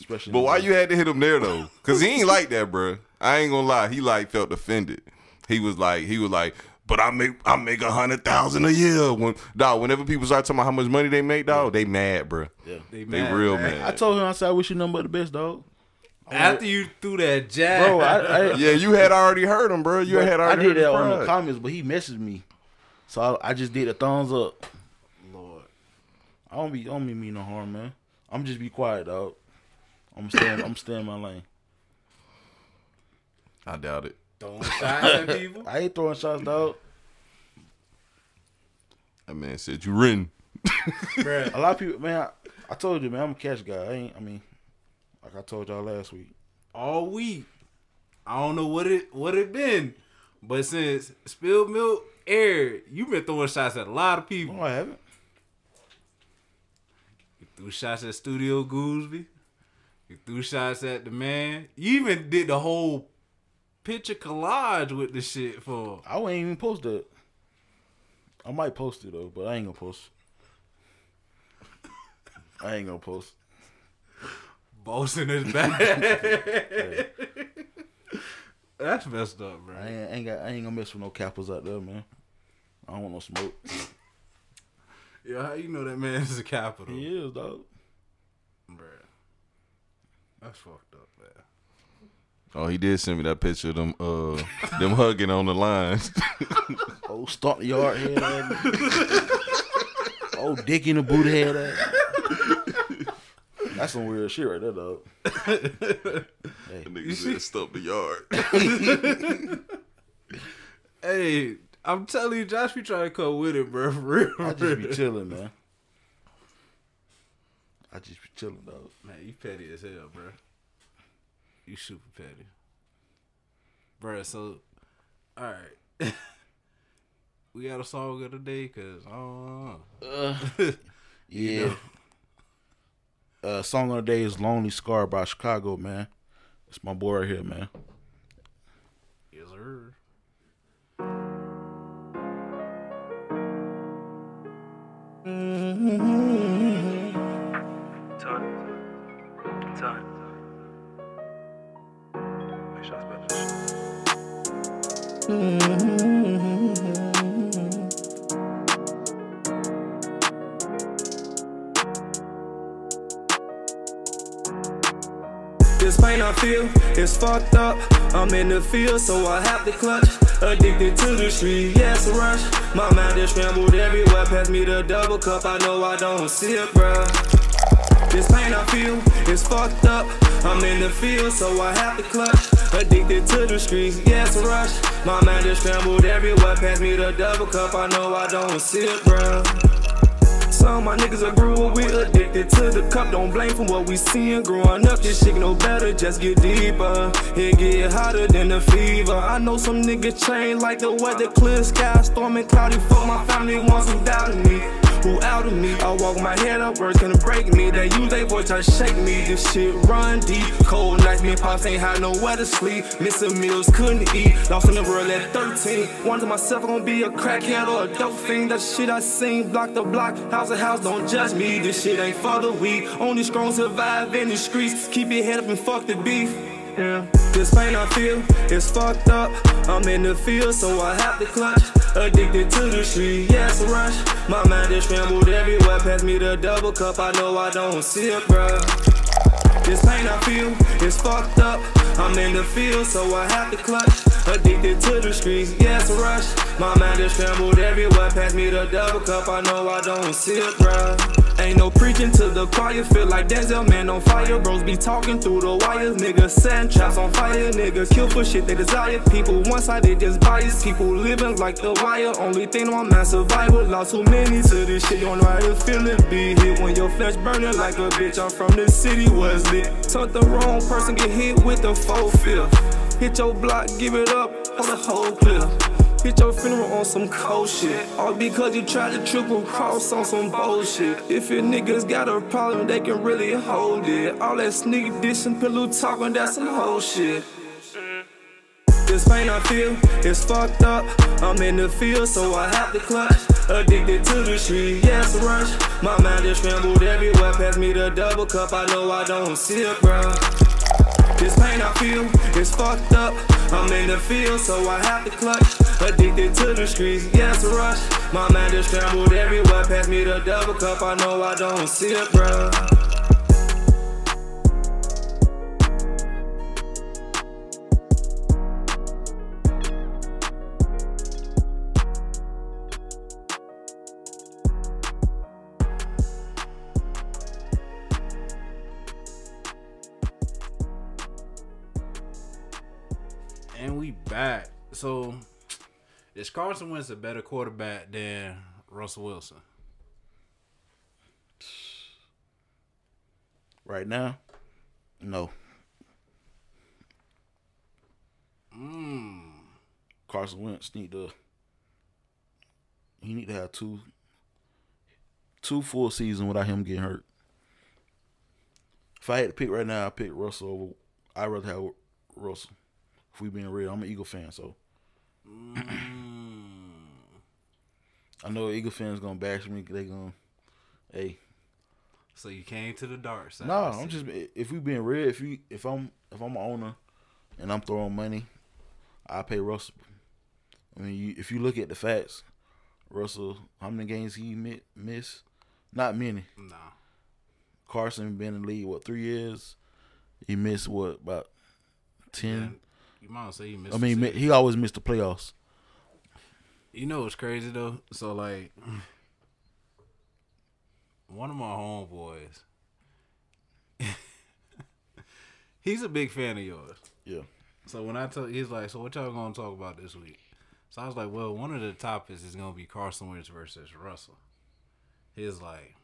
Speaker 4: especially.
Speaker 5: But why you had to hit him there though? Cause he ain't like that, bruh. I ain't gonna lie. He like felt offended. He was like, he was like, but I make I make a hundred thousand a year. When dog, whenever people start talking about how much money they make, dog, they mad, bruh.
Speaker 4: Yeah.
Speaker 5: They,
Speaker 3: mad,
Speaker 5: real
Speaker 3: man.
Speaker 5: mad.
Speaker 4: I told him I said I wish you nothing but the best, dog.
Speaker 3: After you threw that jab,
Speaker 4: Bro, I, I,
Speaker 5: yeah, you had already heard him, bruh. You
Speaker 4: But
Speaker 5: had
Speaker 4: I
Speaker 5: already
Speaker 4: did
Speaker 5: heard
Speaker 4: that
Speaker 5: his
Speaker 4: on the
Speaker 5: pride.
Speaker 4: comments, but he messaged me, so I, I just did a thumbs up.
Speaker 3: Lord.
Speaker 4: I don't be I don't be mean no harm, man. I'm just be quiet, dog. I'm staying I'm staying in my lane.
Speaker 5: I doubt it.
Speaker 3: throwing shots at people.
Speaker 4: I ain't throwing shots, dog.
Speaker 5: That man said you written.
Speaker 3: Bruh.
Speaker 4: A lot of people, man. I, I told you, man. I'm a cash guy. I ain't. I mean, like I told y'all last week.
Speaker 3: all week. I don't know what it what it been, but since spilled milk aired, you been throwing shots at a lot of people.
Speaker 4: No, I haven't.
Speaker 3: You threw shots at Studio Gooseby. You threw shots at the man. You even did the whole picture collage with the shit for.
Speaker 4: I wouldn't even post that. I might post it though, but I ain't gonna post. I ain't gonna post.
Speaker 3: Bossing is bad. That's messed up, bro.
Speaker 4: I ain't, ain't got. I ain't gonna mess with no cappers out there, man. I don't want no smoke.
Speaker 3: Yo, how you know that man is a capital,
Speaker 4: He is, dog.
Speaker 3: bro? That's fucked up, man.
Speaker 5: Oh, he did send me that picture of them uh them hugging on the line.
Speaker 4: Old stomp Oh, the yard head. ass. Old dick in the boot head. ass. That's some weird shit right there, dog.
Speaker 5: Nigga said stop the yard.
Speaker 3: Hey, I'm telling you, Josh be trying to come with it, bro. For real.
Speaker 4: I
Speaker 3: for
Speaker 4: just be
Speaker 3: real.
Speaker 4: chilling, man. I just be chilling, dog.
Speaker 3: Man, you petty as hell, bro. You super petty, bro. So, all right, we got a song of the day because I don't know.
Speaker 4: Yeah. Uh, song of the day is "Lonely Scar" by Chicago, man. It's my boy right here, man.
Speaker 3: Yes, sir.
Speaker 6: This pain I feel is fucked up. I'm in the field, so I have to clutch. Addicted to the street, yes, rush. My mind is scrambled everywhere. Pass me the double cup, I know I don't see it, bruh. This pain I feel is fucked up. I'm in the field, so I have to clutch. Addicted to the streets, yes, rush. My mind is scrambled everywhere. Pass me the double cup, I know I don't sip, bruh. Some of my niggas are grew we addicted to the cup. Don't blame from what we seeing growing up. This shit no better, just get deeper. It get hotter than a fever. I know some niggas change like the weather, clear sky, storming cloudy. Fuck my family, ones who doubted me. Who out of me? I walk my head up, words gonna break me. They use their voice to shake me. This shit run deep. Cold nights, me and pops ain't had nowhere to sleep. Missing meals, couldn't eat. Lost in the world at 13. Wonder myself, I'm gonna be a crackhead or a dope fiend. That shit I seen, block to block, house to house, don't judge me. This shit ain't for the weak. Only strong survive in the streets. Keep your head up and fuck the beef. Yeah. This pain I feel is fucked up. I'm in the field, so I have to clutch. Addicted to the street, yes, rush. My mind is scrambled everywhere. Pass me the double cup, I know I don't sip, bruh. This pain I feel is fucked up. I'm in the field, so I have to clutch. Addicted to the streets, yes, rush. My mind is scrambled everywhere. Pass me the double cup, I know I don't sip, bruh. Ain't no preaching to the choir, feel like Denzel, man on fire. Bros be talking through the wires, niggas sand traps on fire. Niggas kill for shit they desire. People one sided, just biased. People living like the wire. Only thing on my survival, lost too many to this shit. You don't know how to feel it, be hit when your flesh burning like a bitch. I'm from the city, was lit. Took the wrong person, get hit with the full fifth. Hit your block, give it up, hold the whole clip. Hit your funeral on some cold shit. All because you tried to triple cross on some bullshit. If your niggas got a problem, they can really hold it. All that sneak dish and pillow talking, that's some whole shit. This pain I feel is fucked up. I'm in the field, so I have to clutch. Addicted to the street, yes, rush. My mind is scrambled everywhere. Pass me the double cup, I know I don't sip, bruh. This pain I feel is fucked up. I'm in the field, so I have to clutch. Addicted to the streets, yes, rush. My mind is scrambled everywhere. Pass me the double cup, I know I don't sip, bruh.
Speaker 3: And we back. So, is Carson Wentz a better quarterback than Russell Wilson?
Speaker 4: Right now, no. Carson Wentz need to. He need to have two. Two full seasons without him getting hurt. If I had to pick right now, I pick Russell. Over, I'd rather have Russell. If we being real, I'm an Eagle fan, so. I know Eagle fans gonna bash me. They gonna, hey,
Speaker 3: So you came to the dark side.
Speaker 4: No, I'm just if we being real, if you if I'm if I'm a owner and I'm throwing money, I pay Russell. I mean, you, if you look at the facts, Russell, how many games he mi- missed? Not many.
Speaker 3: Nah.
Speaker 4: Carson been in the league what three years? He missed what about ten?
Speaker 3: You might as well say you missed.
Speaker 4: I mean,
Speaker 3: the
Speaker 4: mi- he always missed the playoffs.
Speaker 3: You know what's crazy though? So like one of my homeboys he's a big fan of yours.
Speaker 4: Yeah,
Speaker 3: So when I tell he's like, So what y'all gonna talk about this week? So I was like, Well, one of the topics is gonna be Carson Wentz versus Russell. He's like,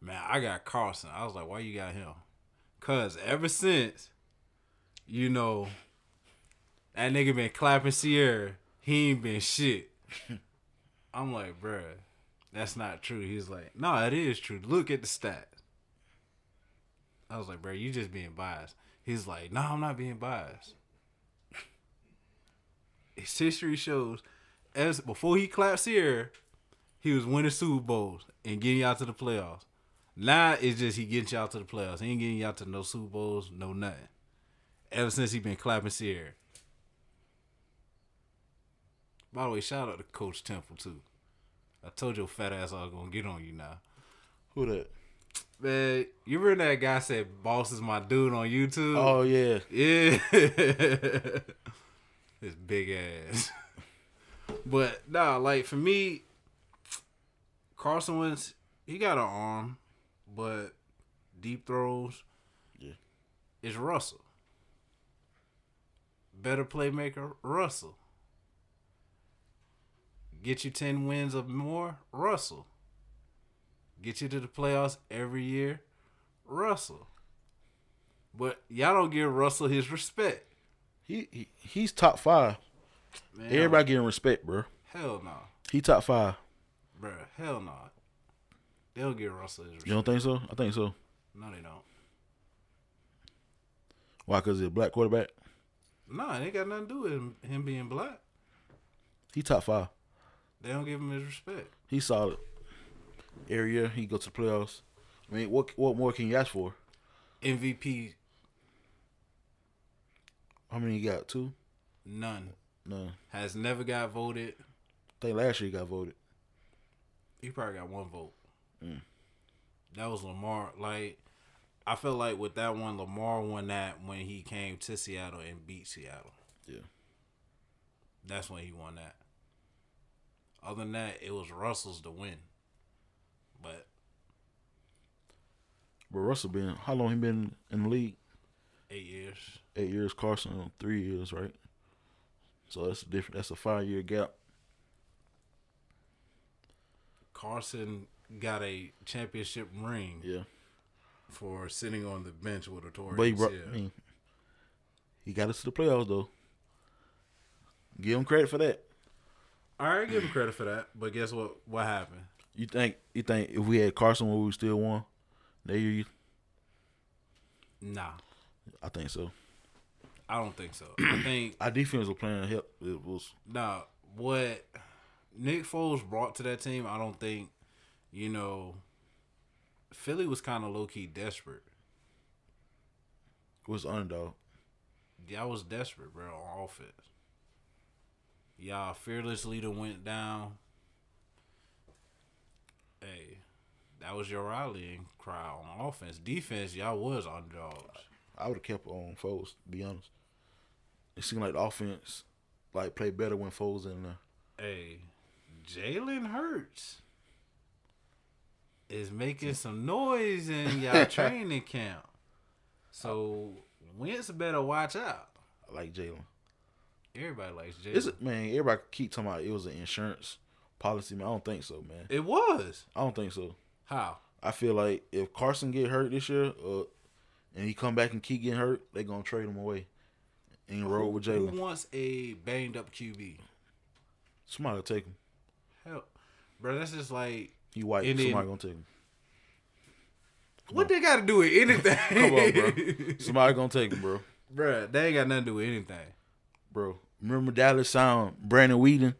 Speaker 3: Man, I got Carson. I was like, Why you got him? Cause ever since, you know, that nigga been clapping Sierra, he ain't been shit. I'm like, bruh, that's not true. He's like, no, it is true. Look at the stats. I was like, bruh, you just being biased. He's like, no, I'm not being biased. His history shows, as before he clapped Sierra, he was winning Super Bowls and getting y'all to the playoffs. Now it's just he getting y'all to the playoffs. He ain't getting y'all to no Super Bowls, no nothing. Ever since he been clapping Sierra. By the way, shout out to Coach Temple too. I told your fat ass I was gonna get on you now.
Speaker 4: who that?
Speaker 3: Man, you remember that guy said boss is my dude on YouTube?
Speaker 4: Oh yeah,
Speaker 3: Yeah. this big ass. But nah, like for me, Carson Wentz, he got an arm, but deep throws,
Speaker 4: Yeah.
Speaker 3: is Russell. Better playmaker, Russell. Get you 10 wins or more, Russell. Get you to the playoffs every year, Russell. But y'all don't give Russell his respect.
Speaker 4: He, he he's top five.
Speaker 3: Man,
Speaker 4: Everybody getting respect, bro.
Speaker 3: Hell no.
Speaker 4: He top five.
Speaker 3: Bruh, hell no. They don't give Russell his respect.
Speaker 4: You don't think so? I think so.
Speaker 3: No, they don't.
Speaker 4: Why? Cause he's a black quarterback.
Speaker 3: Nah, it ain't got nothing to do with him, him being black.
Speaker 4: He top five.
Speaker 3: They don't give him his respect.
Speaker 4: He solid. Every year he go to the playoffs. I mean, what what more can you ask for?
Speaker 3: MVP,
Speaker 4: How many he got? Two?
Speaker 3: none.
Speaker 4: No. I
Speaker 3: Has never got voted.
Speaker 4: think last year he got voted.
Speaker 3: He probably got one vote.
Speaker 4: Mm.
Speaker 3: That was Lamar. Like, I feel like with that one, Lamar won that when he came to Seattle and beat Seattle.
Speaker 4: Yeah.
Speaker 3: That's when he won that. Other than that, it was Russell's to win. But
Speaker 4: But Russell been how long he been in the league?
Speaker 3: eight years.
Speaker 4: Eight years. Carson three years, right? So that's a different. That's a five year gap.
Speaker 3: Carson got a championship ring
Speaker 4: Yeah.
Speaker 3: for sitting on the bench with a Taurus.
Speaker 4: But he brought.
Speaker 3: yeah.
Speaker 4: I mean, he got us to the playoffs though. Give him credit for that.
Speaker 3: All right, give him credit for that. But guess what? What happened?
Speaker 4: You think you think if we had Carson, would we still won? That year, you,
Speaker 3: Nah,
Speaker 4: I think so.
Speaker 3: I don't think so. I think
Speaker 4: Our defense was playing help. It was
Speaker 3: nah. What Nick Foles brought to that team, I don't think. You know, Philly was kind of low key desperate.
Speaker 4: it was underdog.
Speaker 3: Y'all was desperate, bro, on offense. Y'all fearless leader went down. Hey, that was your rallying cry on offense. Defense, y'all was underdogs.
Speaker 4: I would have kept on Foles. To be honest, it seemed like the offense like played better when Foles in there.
Speaker 3: Hey, Jalen Hurts is making some noise in y'all training camp. So Wentz better watch out.
Speaker 4: I like Jalen.
Speaker 3: Everybody likes
Speaker 4: Is
Speaker 3: Jalen.
Speaker 4: it man? Everybody keep talking about it was an insurance policy. Man, I don't think so, man.
Speaker 3: It was.
Speaker 4: I don't think so.
Speaker 3: How?
Speaker 4: I feel like if Carson get hurt this year, uh, and he come back and keep getting hurt, they gonna trade him away and roll with
Speaker 3: Who
Speaker 4: Jalen.
Speaker 3: wants a banged up QB?
Speaker 4: Somebody will take him.
Speaker 3: Hell, bro, that's just like
Speaker 4: He white.
Speaker 3: And then-
Speaker 4: Somebody gonna take him.
Speaker 3: what they got to do with anything.
Speaker 4: Come on, bro. Somebody gonna take him, bro.
Speaker 3: bro, they ain't got nothing to do with anything.
Speaker 4: Bro, remember Dallas sound Brandon Whedon.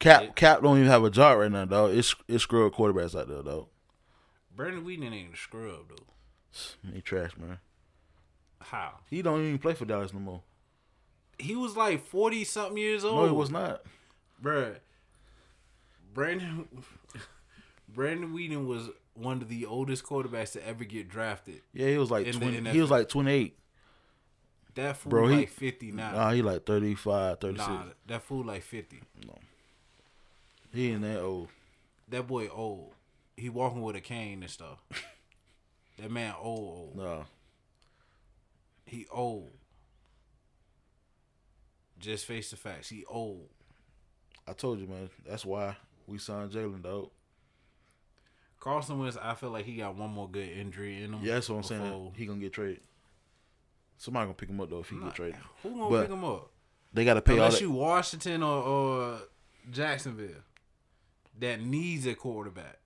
Speaker 4: Cap Cap don't even have a job right now, dog. It's it's scrub quarterbacks out there, dog.
Speaker 3: Brandon Whedon ain't a scrub though.
Speaker 4: He trash, man.
Speaker 3: How?
Speaker 4: He don't even play for Dallas no more.
Speaker 3: He was like forty something years old.
Speaker 4: No, he was not.
Speaker 3: Bruh. Brandon Brandon Whedon was one of the oldest quarterbacks to ever get drafted.
Speaker 4: Yeah, he was like
Speaker 3: In the
Speaker 4: twenty. He
Speaker 3: NFL.
Speaker 4: was like twenty eight.
Speaker 3: That fool
Speaker 4: Bro, he-
Speaker 3: like fifty nine.
Speaker 4: Nah, he like 35, 36.
Speaker 3: nah, that fool like fifty.
Speaker 4: He oh, ain't that old.
Speaker 3: That boy old. He walking with a cane and stuff. that man old old.
Speaker 4: Nah,
Speaker 3: He old. Just face the facts. He old.
Speaker 4: I told you, man. That's why we signed Jalen, dog.
Speaker 3: Carson Wentz, I feel like he got one more good injury in him.
Speaker 4: Yeah, that's what I'm saying.
Speaker 3: before-
Speaker 4: He gonna get traded. Somebody gonna pick him up though if he get traded.
Speaker 3: Who gonna
Speaker 4: But
Speaker 3: pick him up?
Speaker 4: They gotta pay all
Speaker 3: unless
Speaker 4: that.
Speaker 3: you Washington or, or Jacksonville that needs a quarterback.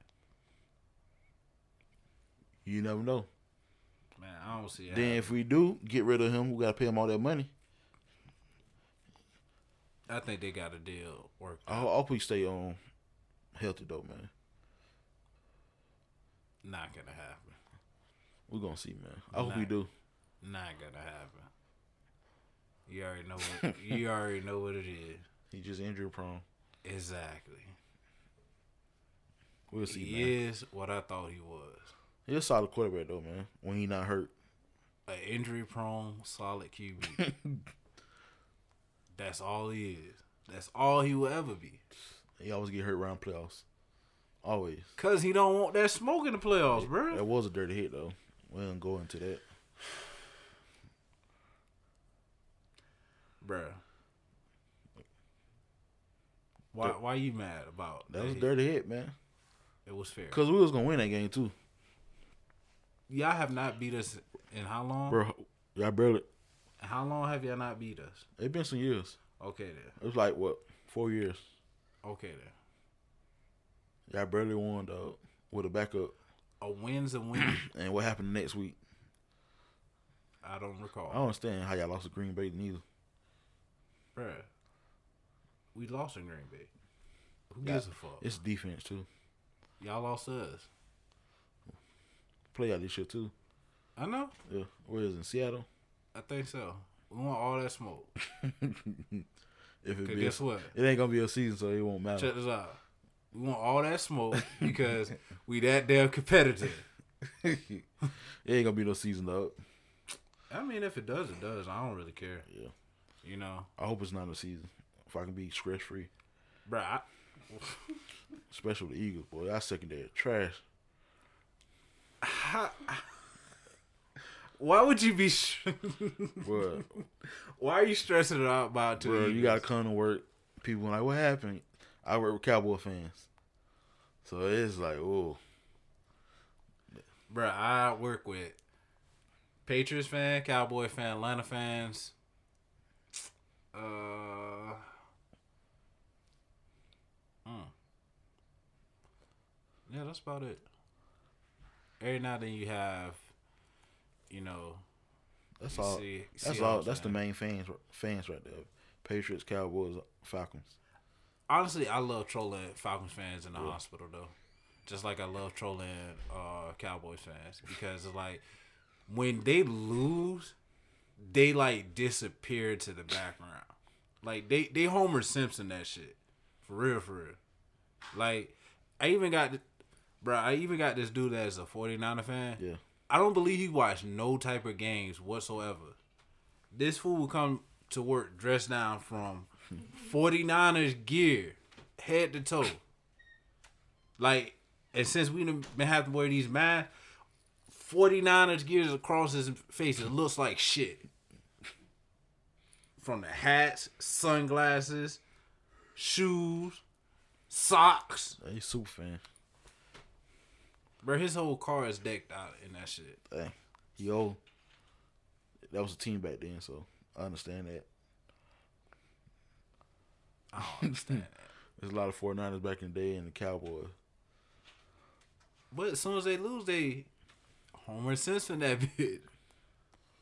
Speaker 4: you never know.
Speaker 3: Man, I don't see that.
Speaker 4: Then if we do get rid of him, we gotta pay him all that money.
Speaker 3: I think they got a deal worked.
Speaker 4: I hope I hope he stay on healthy though, man.
Speaker 3: Not gonna happen.
Speaker 4: We're gonna see, man. I hope we do.
Speaker 3: Not gonna happen. You already know. What, you already know what it is.
Speaker 4: He just injury prone.
Speaker 3: Exactly.
Speaker 4: We'll see,
Speaker 3: He
Speaker 4: man.
Speaker 3: is what I thought he was.
Speaker 4: He's a solid quarterback though, man. When he not hurt.
Speaker 3: An injury prone, solid QB. That's all he is. That's all he will ever be.
Speaker 4: He always get hurt around playoffs. Always.
Speaker 3: Cause he don't want that smoke in the playoffs,
Speaker 4: That
Speaker 3: bro.
Speaker 4: was a dirty hit though. We don't go into that.
Speaker 3: Bruh. Why why you mad about
Speaker 4: That was a
Speaker 3: hit?
Speaker 4: dirty hit, man.
Speaker 3: It was fair.
Speaker 4: Cause we was gonna win that game too,
Speaker 3: Y'all have not beat us in how long?
Speaker 4: bro. Y'all barely.
Speaker 3: How long have y'all not beat us?
Speaker 4: It been some years.
Speaker 3: Okay then.
Speaker 4: It was like what four years.
Speaker 3: Okay then.
Speaker 4: Y'all barely won though with a backup.
Speaker 3: A win's a win.
Speaker 4: And what happened next week?
Speaker 3: I don't recall.
Speaker 4: I don't understand how y'all lost to Green Bay neither.
Speaker 3: Bruh. We lost in Green Bay. Who gives a fuck?
Speaker 4: It's defense too.
Speaker 3: Y'all lost to us.
Speaker 4: Play out this shit too.
Speaker 3: I know.
Speaker 4: Yeah. Where is it? in Seattle?
Speaker 3: I think so. We want all that smoke.
Speaker 4: If it
Speaker 3: 'Cause
Speaker 4: be, a-
Speaker 3: guess what?
Speaker 4: It ain't gonna be a season, so it won't
Speaker 3: Check
Speaker 4: matter.
Speaker 3: this out. We want all that smoke because we that damn competitive.
Speaker 4: it ain't gonna be no season though.
Speaker 3: I mean, if it does, it does. I don't really care.
Speaker 4: Yeah.
Speaker 3: You know,
Speaker 4: I hope it's not a season. If I can be stress free,
Speaker 3: bruh. I,
Speaker 4: especially with the Eagles, boy, I secondary trash.
Speaker 3: why would you be? Sh-
Speaker 4: Bro,
Speaker 3: why are you stressing it out about two?
Speaker 4: bro, you
Speaker 3: years?
Speaker 4: gotta come to work. People like, what happened? I work with Cowboy fans, so it's like, oh,
Speaker 3: bruh. I work with Patriots fan, Cowboy fan, Atlanta fans. Uh. mm. Yeah, that's about it. Every now and then you have, you know,
Speaker 4: that's all.
Speaker 3: See-
Speaker 4: that's
Speaker 3: see
Speaker 4: all.
Speaker 3: what I'm
Speaker 4: That's the
Speaker 3: saying.
Speaker 4: main fans, fans right there. Patriots, Cowboys, Falcons.
Speaker 3: honestly, I love trolling Falcons fans in the hospital though, just like I love trolling uh, Cowboys fans because it's like when they lose, they like disappear to the background. Like they they Homer Simpson that shit for real for real. Like I even got, bro, I even got this dude that's a 49er fan.
Speaker 4: Yeah.
Speaker 3: I don't believe he watched no type of games whatsoever. This fool will come to work dressed down from 49ers gear, head to toe. Like, and since we done been having to wear these masks, 49ers gears across his face, it looks like shit. From the hats, sunglasses, shoes, socks.
Speaker 4: They super fan.
Speaker 3: Bro, his whole car is decked out in that shit.
Speaker 4: Dang, he old. That was a team back then, so I understand that.
Speaker 3: I don't understand that.
Speaker 4: There's a lot of 49ers back in the day and the Cowboys.
Speaker 3: But as soon as they lose, they Homer Simpson that bitch.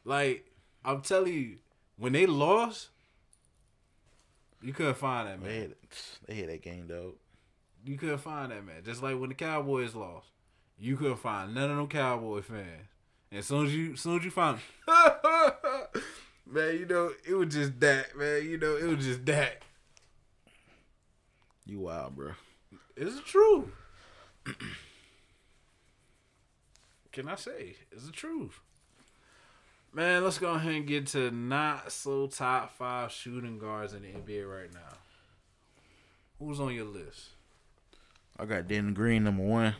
Speaker 3: Like I'm telling you, when they lost, you couldn't find that
Speaker 4: They
Speaker 3: man.
Speaker 4: had, they had that game though.
Speaker 3: You couldn't find that man. Just like when the Cowboys lost, you couldn't find none of them Cowboy fans. And as soon as you, as soon as you found, man, you know it was just that man. You know it was just that.
Speaker 4: You wild, bro.
Speaker 3: It's true. Can I say it's the truth? Man, let's go ahead and get to not so top five shooting guards in the NBA right now. Who's on your list?
Speaker 4: I got Denton Green number one.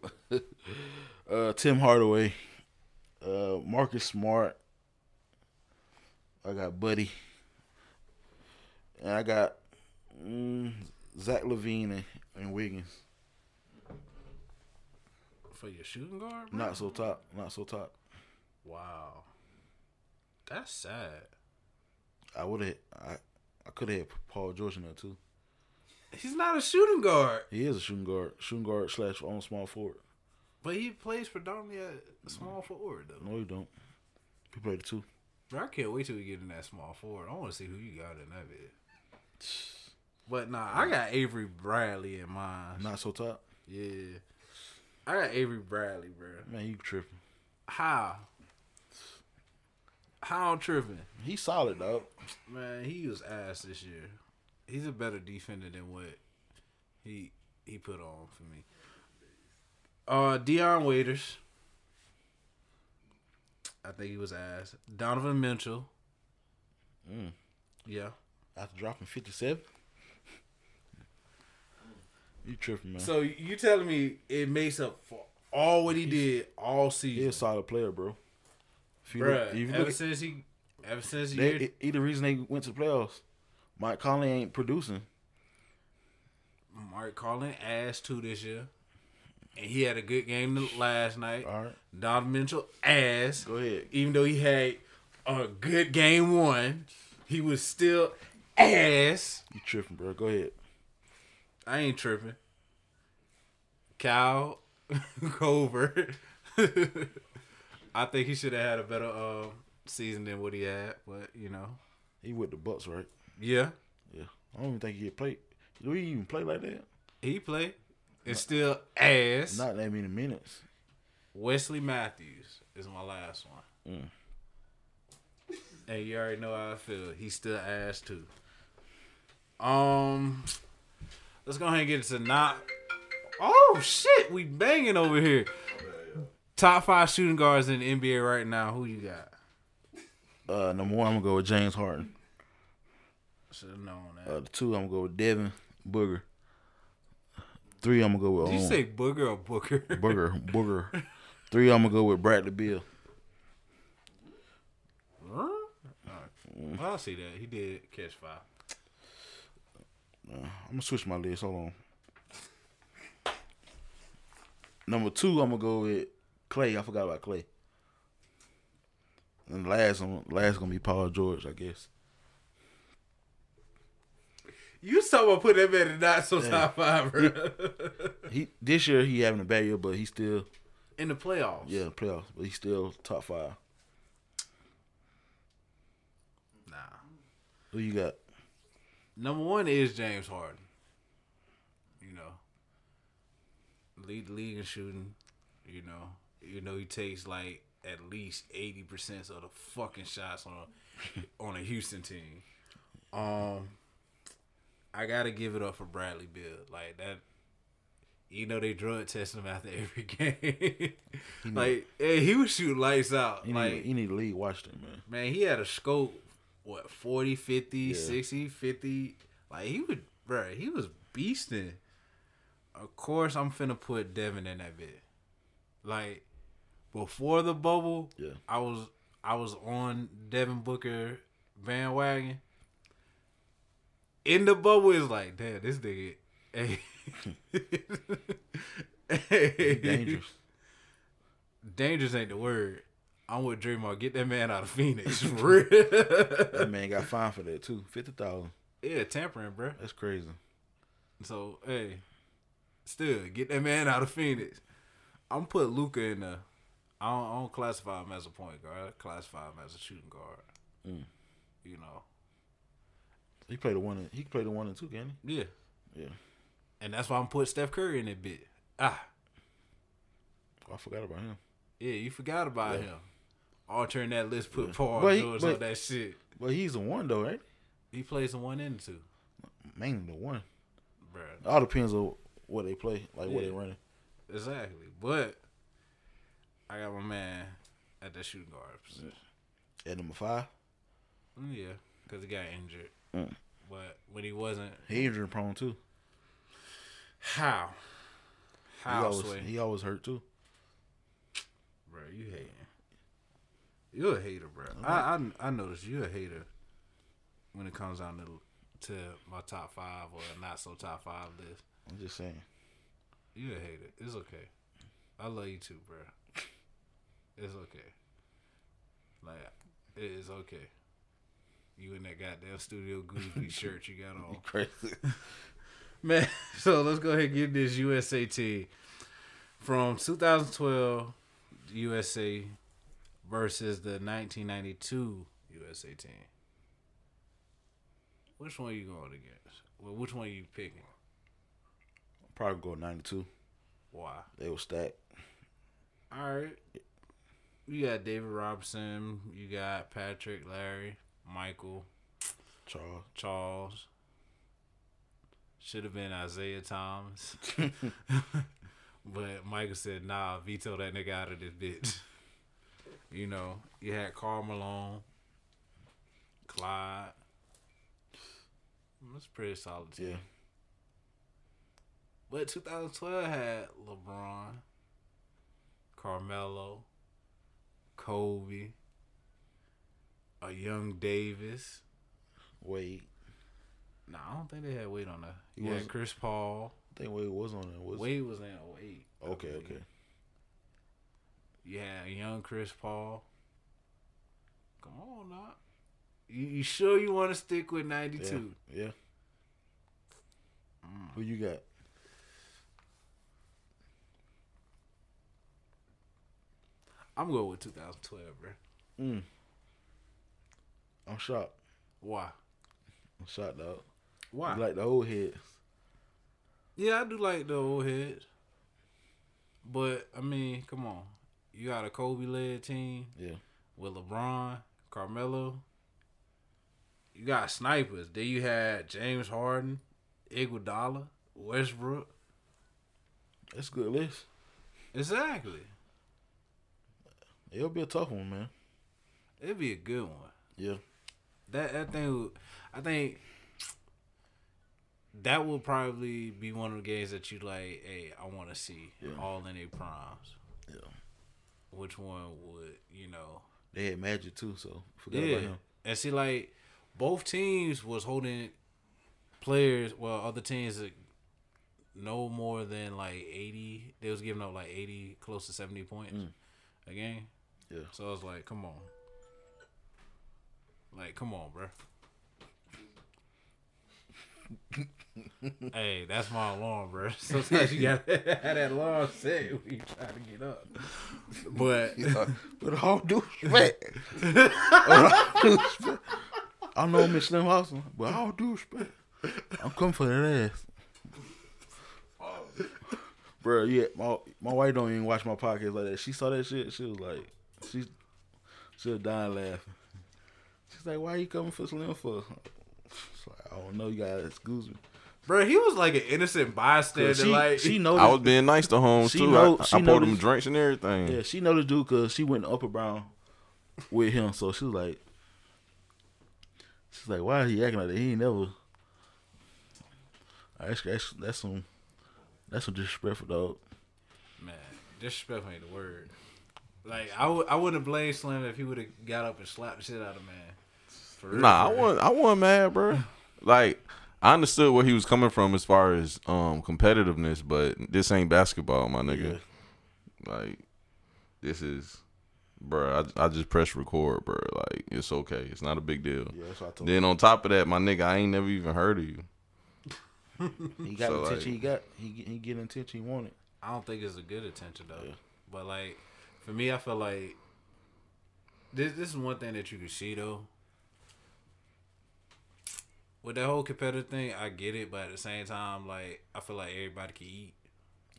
Speaker 4: uh, Tim Hardaway, uh, Marcus Smart. I got Buddy, and I got mm, Zach Levine and, and Wiggins.
Speaker 3: For your shooting guard? bro?
Speaker 4: Not so top. Not so top.
Speaker 3: Wow. That's sad.
Speaker 4: I would have. I I could have had Paul George in there too.
Speaker 3: He's not a shooting guard,
Speaker 4: He is a shooting guard, shooting guard slash on small forward.
Speaker 3: but he plays predominantly at small forward, though.
Speaker 4: No, you don't. He played the two.
Speaker 3: Bro, I can't wait till we get in that small forward. I want to see who you got in that bit. But nah, I got Avery Bradley in mind.
Speaker 4: Not so top.
Speaker 3: Yeah. I got Avery Bradley, bro.
Speaker 4: Man, you tripping.
Speaker 3: How? How I'm tripping?
Speaker 4: He's solid though.
Speaker 3: Man, he was ass this year. He's a better defender than what he he put on for me. Uh Deion Waiters. I think he was ass. Donovan Mitchell. Yeah.
Speaker 4: Mm. After dropping fifty seven. You tripping, man.
Speaker 3: So you telling me it makes up for all what he did all
Speaker 4: He
Speaker 3: season,
Speaker 4: a solid player, bro. If you look,
Speaker 3: Bruh,
Speaker 4: if you
Speaker 3: Ever
Speaker 4: look at,
Speaker 3: since he, ever since he,
Speaker 4: they, he the reason they went to the playoffs. Mike Conley ain't producing.
Speaker 3: Mark Collin ass two this year, and he had a good game the- last night.
Speaker 4: All right.
Speaker 3: Donovan Mitchell ass.
Speaker 4: Go ahead.
Speaker 3: Even though he had a good game one, he was still ass.
Speaker 4: You tripping, bro? Go ahead.
Speaker 3: I ain't tripping. Kyle Cover. I think he should have had a better uh, season than what he had, but you know,
Speaker 4: He with the Bucks, right?
Speaker 3: yeah,
Speaker 4: Yeah. I don't even think he get played. Do he even play like that?
Speaker 3: he played. It's still ass.
Speaker 4: Not that many minutes.
Speaker 3: Wesley Matthews is my last one. And you already know how I feel. He's still ass too. Um, let's go ahead and get to not. Oh shit, we banging over here. Top five shooting guards in the NBA right now. Who you got?
Speaker 4: Uh, number one, I'm gonna go with James Harden.
Speaker 3: Should have known that.
Speaker 4: Uh, the two, I'm gonna go with Devin Booger. Three, I'm gonna go with.
Speaker 3: Did you
Speaker 4: um,
Speaker 3: say Booger or Booker?
Speaker 4: Booger? Booger. Three, I'm gonna go with Bradley Bill.
Speaker 3: Huh? Alright. Well, I see that he did catch five.
Speaker 4: I'm gonna switch my list. Hold on. Number two, I'm gonna go with Clay. I forgot about Clay. And last, I'm, last gonna be Paul George, I guess.
Speaker 3: You talking about putting that man in not so top five, bro?
Speaker 4: He this year he having a bad year, but he still
Speaker 3: in the playoffs.
Speaker 4: yeah playoffs, but he's still top five.
Speaker 3: Nah.
Speaker 4: Who you got?
Speaker 3: Number one is James Harden. You know, lead the league in shooting. You know, you know he takes like at least eighty percent of the fucking shots on a, on a Houston team. Um, I gotta give it up for Bradley Bill. Like that, you know they drug test him after every game. like, hey, he was shooting lights out.
Speaker 4: You
Speaker 3: like
Speaker 4: need, you need to lead Washington, man.
Speaker 3: Man, he had a scope, what, 40, 50, 60, 50. Like, he would, bruh, he was beasting. Of course, I'm finna put Devin in that bit. Like, before the bubble,
Speaker 4: Yeah.
Speaker 3: I was I was on Devin Booker bandwagon. In the bubble, it's like, damn, this nigga. Hey.
Speaker 4: Dangerous.
Speaker 3: Dangerous ain't the word. I'm with Draymond. Get that man out of Phoenix. For real.
Speaker 4: that man got fined for that too. Fifty thousand.
Speaker 3: yeah, tampering, bruh.
Speaker 4: That's crazy.
Speaker 3: So, hey, still, get that man out of Phoenix. I'm put Luca in the. I don't, I don't classify him as a point guard. I classify him as a shooting guard.
Speaker 4: Mm.
Speaker 3: You know.
Speaker 4: He played the one. And, he played the one and two, can
Speaker 3: Yeah.
Speaker 4: he? Yeah.
Speaker 3: And that's why I'm putting Steph Curry in that bit. Ah,
Speaker 4: Oh, I forgot about him.
Speaker 3: yeah, you forgot about him. Altering that list, put Paul
Speaker 4: But he-
Speaker 3: George
Speaker 4: but-
Speaker 3: on that shit.
Speaker 4: But he's the one though, right?
Speaker 3: He plays in one and two,
Speaker 4: Mainly the one.
Speaker 3: bruh.
Speaker 4: All depends on what they play, like what they
Speaker 3: Yeah.
Speaker 4: running.
Speaker 3: Exactly. But I got my man at that shooting guard position.
Speaker 4: At number five,
Speaker 3: Mm, Yeah, because he got injured. But when he wasn't,
Speaker 4: he injury prone too.
Speaker 3: how?
Speaker 4: He
Speaker 3: How,
Speaker 4: always,
Speaker 3: Sway?
Speaker 4: he always hurt too.
Speaker 3: Bro, you hating. You a hater, bro. I, I I noticed you a hater when it comes down to, to my top five or not so top five list.
Speaker 4: I'm just saying.
Speaker 3: You a hater. It's okay. I love you too, bro. It's okay. Like it is okay. You in that goddamn studio goofy shirt you got on,
Speaker 4: Crazy.
Speaker 3: man. So let's go ahead and give this USAT from 2012 USA versus the 1992 USA team. Which one you going against? Well, which one you picking?
Speaker 4: Probably go 92.
Speaker 3: Why?
Speaker 4: They was stacked.
Speaker 3: All right. You got David Robinson. You got Patrick, Larry, Michael,
Speaker 4: Charles.
Speaker 3: Charles. Should have been Isaiah Thomas. but Michael said, nah, veto that nigga out of this bitch. You know, you had Carl Malone, Clyde. That's a pretty solid. team.
Speaker 4: Yeah.
Speaker 3: But 2012 had LeBron, Carmelo, Kobe, a young Davis.
Speaker 4: Wade.
Speaker 3: No, I don't think they had Wade on there. You
Speaker 4: wasn't-
Speaker 3: had Chris Paul.
Speaker 4: I think Wade was on there. Was
Speaker 3: Wade was in 08. I
Speaker 4: Okay,
Speaker 3: believe.
Speaker 4: okay.
Speaker 3: You had young Chris Paul. Come on, now. You, you sure you want to stick with
Speaker 4: Yeah.
Speaker 3: 92?
Speaker 4: Yeah.
Speaker 3: Mm.
Speaker 4: Who you got?
Speaker 3: I'm going with 2012, bro.
Speaker 4: I'm shocked.
Speaker 3: Why?
Speaker 4: I'm shocked, dog.
Speaker 3: Why?
Speaker 4: You like the old heads.
Speaker 3: Yeah, I do like the old heads. But I mean, come on. You got a Kobe led team
Speaker 4: Yeah.
Speaker 3: with LeBron, Carmelo. You got snipers. Then you had James Harden, Iguodala, Westbrook.
Speaker 4: That's a good list.
Speaker 3: Exactly.
Speaker 4: It'll be a tough one, man.
Speaker 3: It'd be a good one.
Speaker 4: Yeah.
Speaker 3: That that thing, would- I think that will probably be one of the games that you like. Hey, I want to see all in their primes.
Speaker 4: Yeah.
Speaker 3: Which one would you know?
Speaker 4: They had Magic too, so forgot about
Speaker 3: Yeah,
Speaker 4: him.
Speaker 3: and see, like both teams was holding players, well, other teams that no more than like eighty. They was giving up like eighty, close to seventy points a game.
Speaker 4: Yeah.
Speaker 3: So I was like, come on, like come on, bro. hey, that's my alarm, bro. Sometimes you gotta have that alarm set when you try to get up. But
Speaker 4: But all due respect. I know Miss Slim Hawson, but all due respect. I'm coming for that ass. Bro, yeah, my my wife don't even watch my podcast like that. She saw that shit. She was like, she she was dying laughing. She's like, why you coming for Slim for? It's like, I don't know. You gotta excuse me.
Speaker 3: Bro, he was like an innocent bystander.
Speaker 4: She,
Speaker 3: like
Speaker 4: she knows.
Speaker 5: I was being nice to Holmes
Speaker 4: She
Speaker 5: too.
Speaker 4: know-
Speaker 5: I,
Speaker 4: she
Speaker 5: I poured him
Speaker 4: noticed-
Speaker 5: drinks and everything.
Speaker 4: Yeah, she know the dude because she went to Upper Brown with him. So she was like, she's like, why is he acting like that? He ain't never. That's, that's that's some that's some disrespectful dog.
Speaker 3: man, disrespectful ain't the word. Like I would, I wouldn't blame Slim if he would have got up and slapped the shit out of man. For real,
Speaker 5: Nah, I
Speaker 3: for real.
Speaker 5: wasn't. I wasn't mad, bro. Like I understood where he was coming from as far as um competitiveness, but this ain't basketball, my nigga. Like this is, bro. I, I just press record, bro. Like it's okay. It's not a big deal.
Speaker 4: Yeah, that's what I told
Speaker 5: Then on top of that, my nigga, I ain't never even heard of you.
Speaker 4: He got
Speaker 5: So,
Speaker 4: the attention.
Speaker 5: like-
Speaker 4: he got he get- he get attention he wanted.
Speaker 3: I don't think it's a good attention though. But like for me, I feel like this this is one thing that you can see though. With that whole competitive thing, I get it, but at the same time, like I feel like everybody can eat.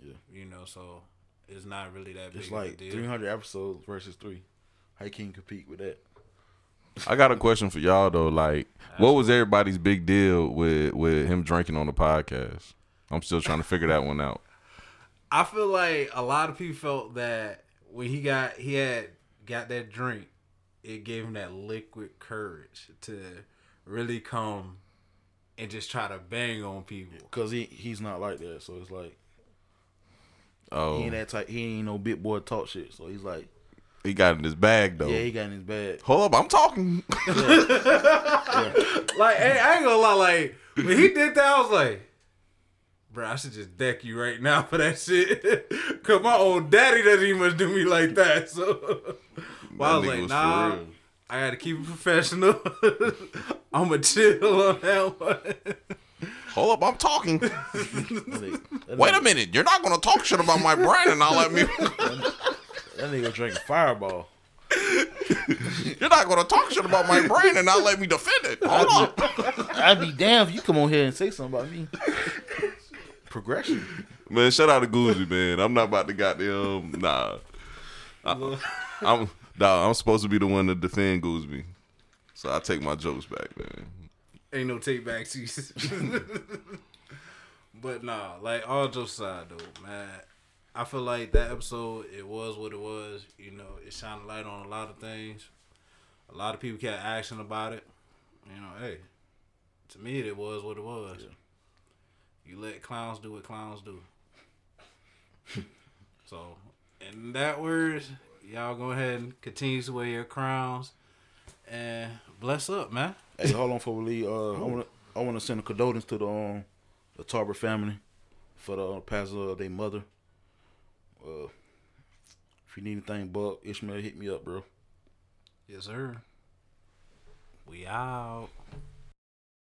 Speaker 4: Yeah.
Speaker 3: You know, so it's not really that big
Speaker 4: It's
Speaker 3: of a
Speaker 4: like
Speaker 3: deal.
Speaker 4: three hundred episodes versus three. How you can compete with that?
Speaker 5: I got a question for y'all though. Like, what was everybody's big deal with with him drinking on the podcast? I'm still trying to figure that one out.
Speaker 3: I feel like a lot of people felt that when he got he had got that drink, it gave him that liquid courage to really come and just try to bang on people.
Speaker 4: Cause he he's not like that. So it's like
Speaker 5: Oh,
Speaker 4: he ain't that type. He ain't no big boy talk shit. So he's like,
Speaker 5: he got in his bag though.
Speaker 4: yeah, he got in his bag.
Speaker 5: Hold up, I'm talking.
Speaker 3: Like, hey, I ain't gonna lie, like when he did that, I was like, bro, I should just deck you right now for that shit. Cause my old daddy doesn't even do me like that. So but I
Speaker 5: That
Speaker 3: was
Speaker 5: nigga
Speaker 3: like,
Speaker 5: was for
Speaker 3: nah.
Speaker 5: real.
Speaker 3: I gotta keep it professional. I'ma chill on that one.
Speaker 5: Hold up, I'm talking.
Speaker 4: Like, that
Speaker 5: Wait
Speaker 4: nigga-
Speaker 5: a minute, you're not gonna talk shit about my brand and all that music.
Speaker 4: That nigga drinking Fireball.
Speaker 5: You're not gonna talk shit about my brand and not let me defend it. Hold up.
Speaker 4: I'd be damned if you come on here and say something about me. Progression.
Speaker 5: Man, shout out to Gucci, man. I'm not about to goddamn nah. I, I'm nah, I'm supposed to be the one to defend Gooseby. So I take my jokes back, man.
Speaker 3: Ain't no take back seats. but nah, like all jokes aside though, man. I feel like that episode, it was what it was. You know, it shined a light on a lot of things. A lot of people kept asking about it. You know, hey, to me, it was what it was. You let clowns do what clowns do. so, in that words, y'all go ahead and continue to wear your crowns and bless up, man.
Speaker 4: Hey, hold on before we leave. Uh, I want to I want to send a condolence to the um, the Tarver family for the uh, passing of their mother. Uh, if you need anything, Buck Ishmael, hit me up, bro.
Speaker 3: Yes, sir. We out.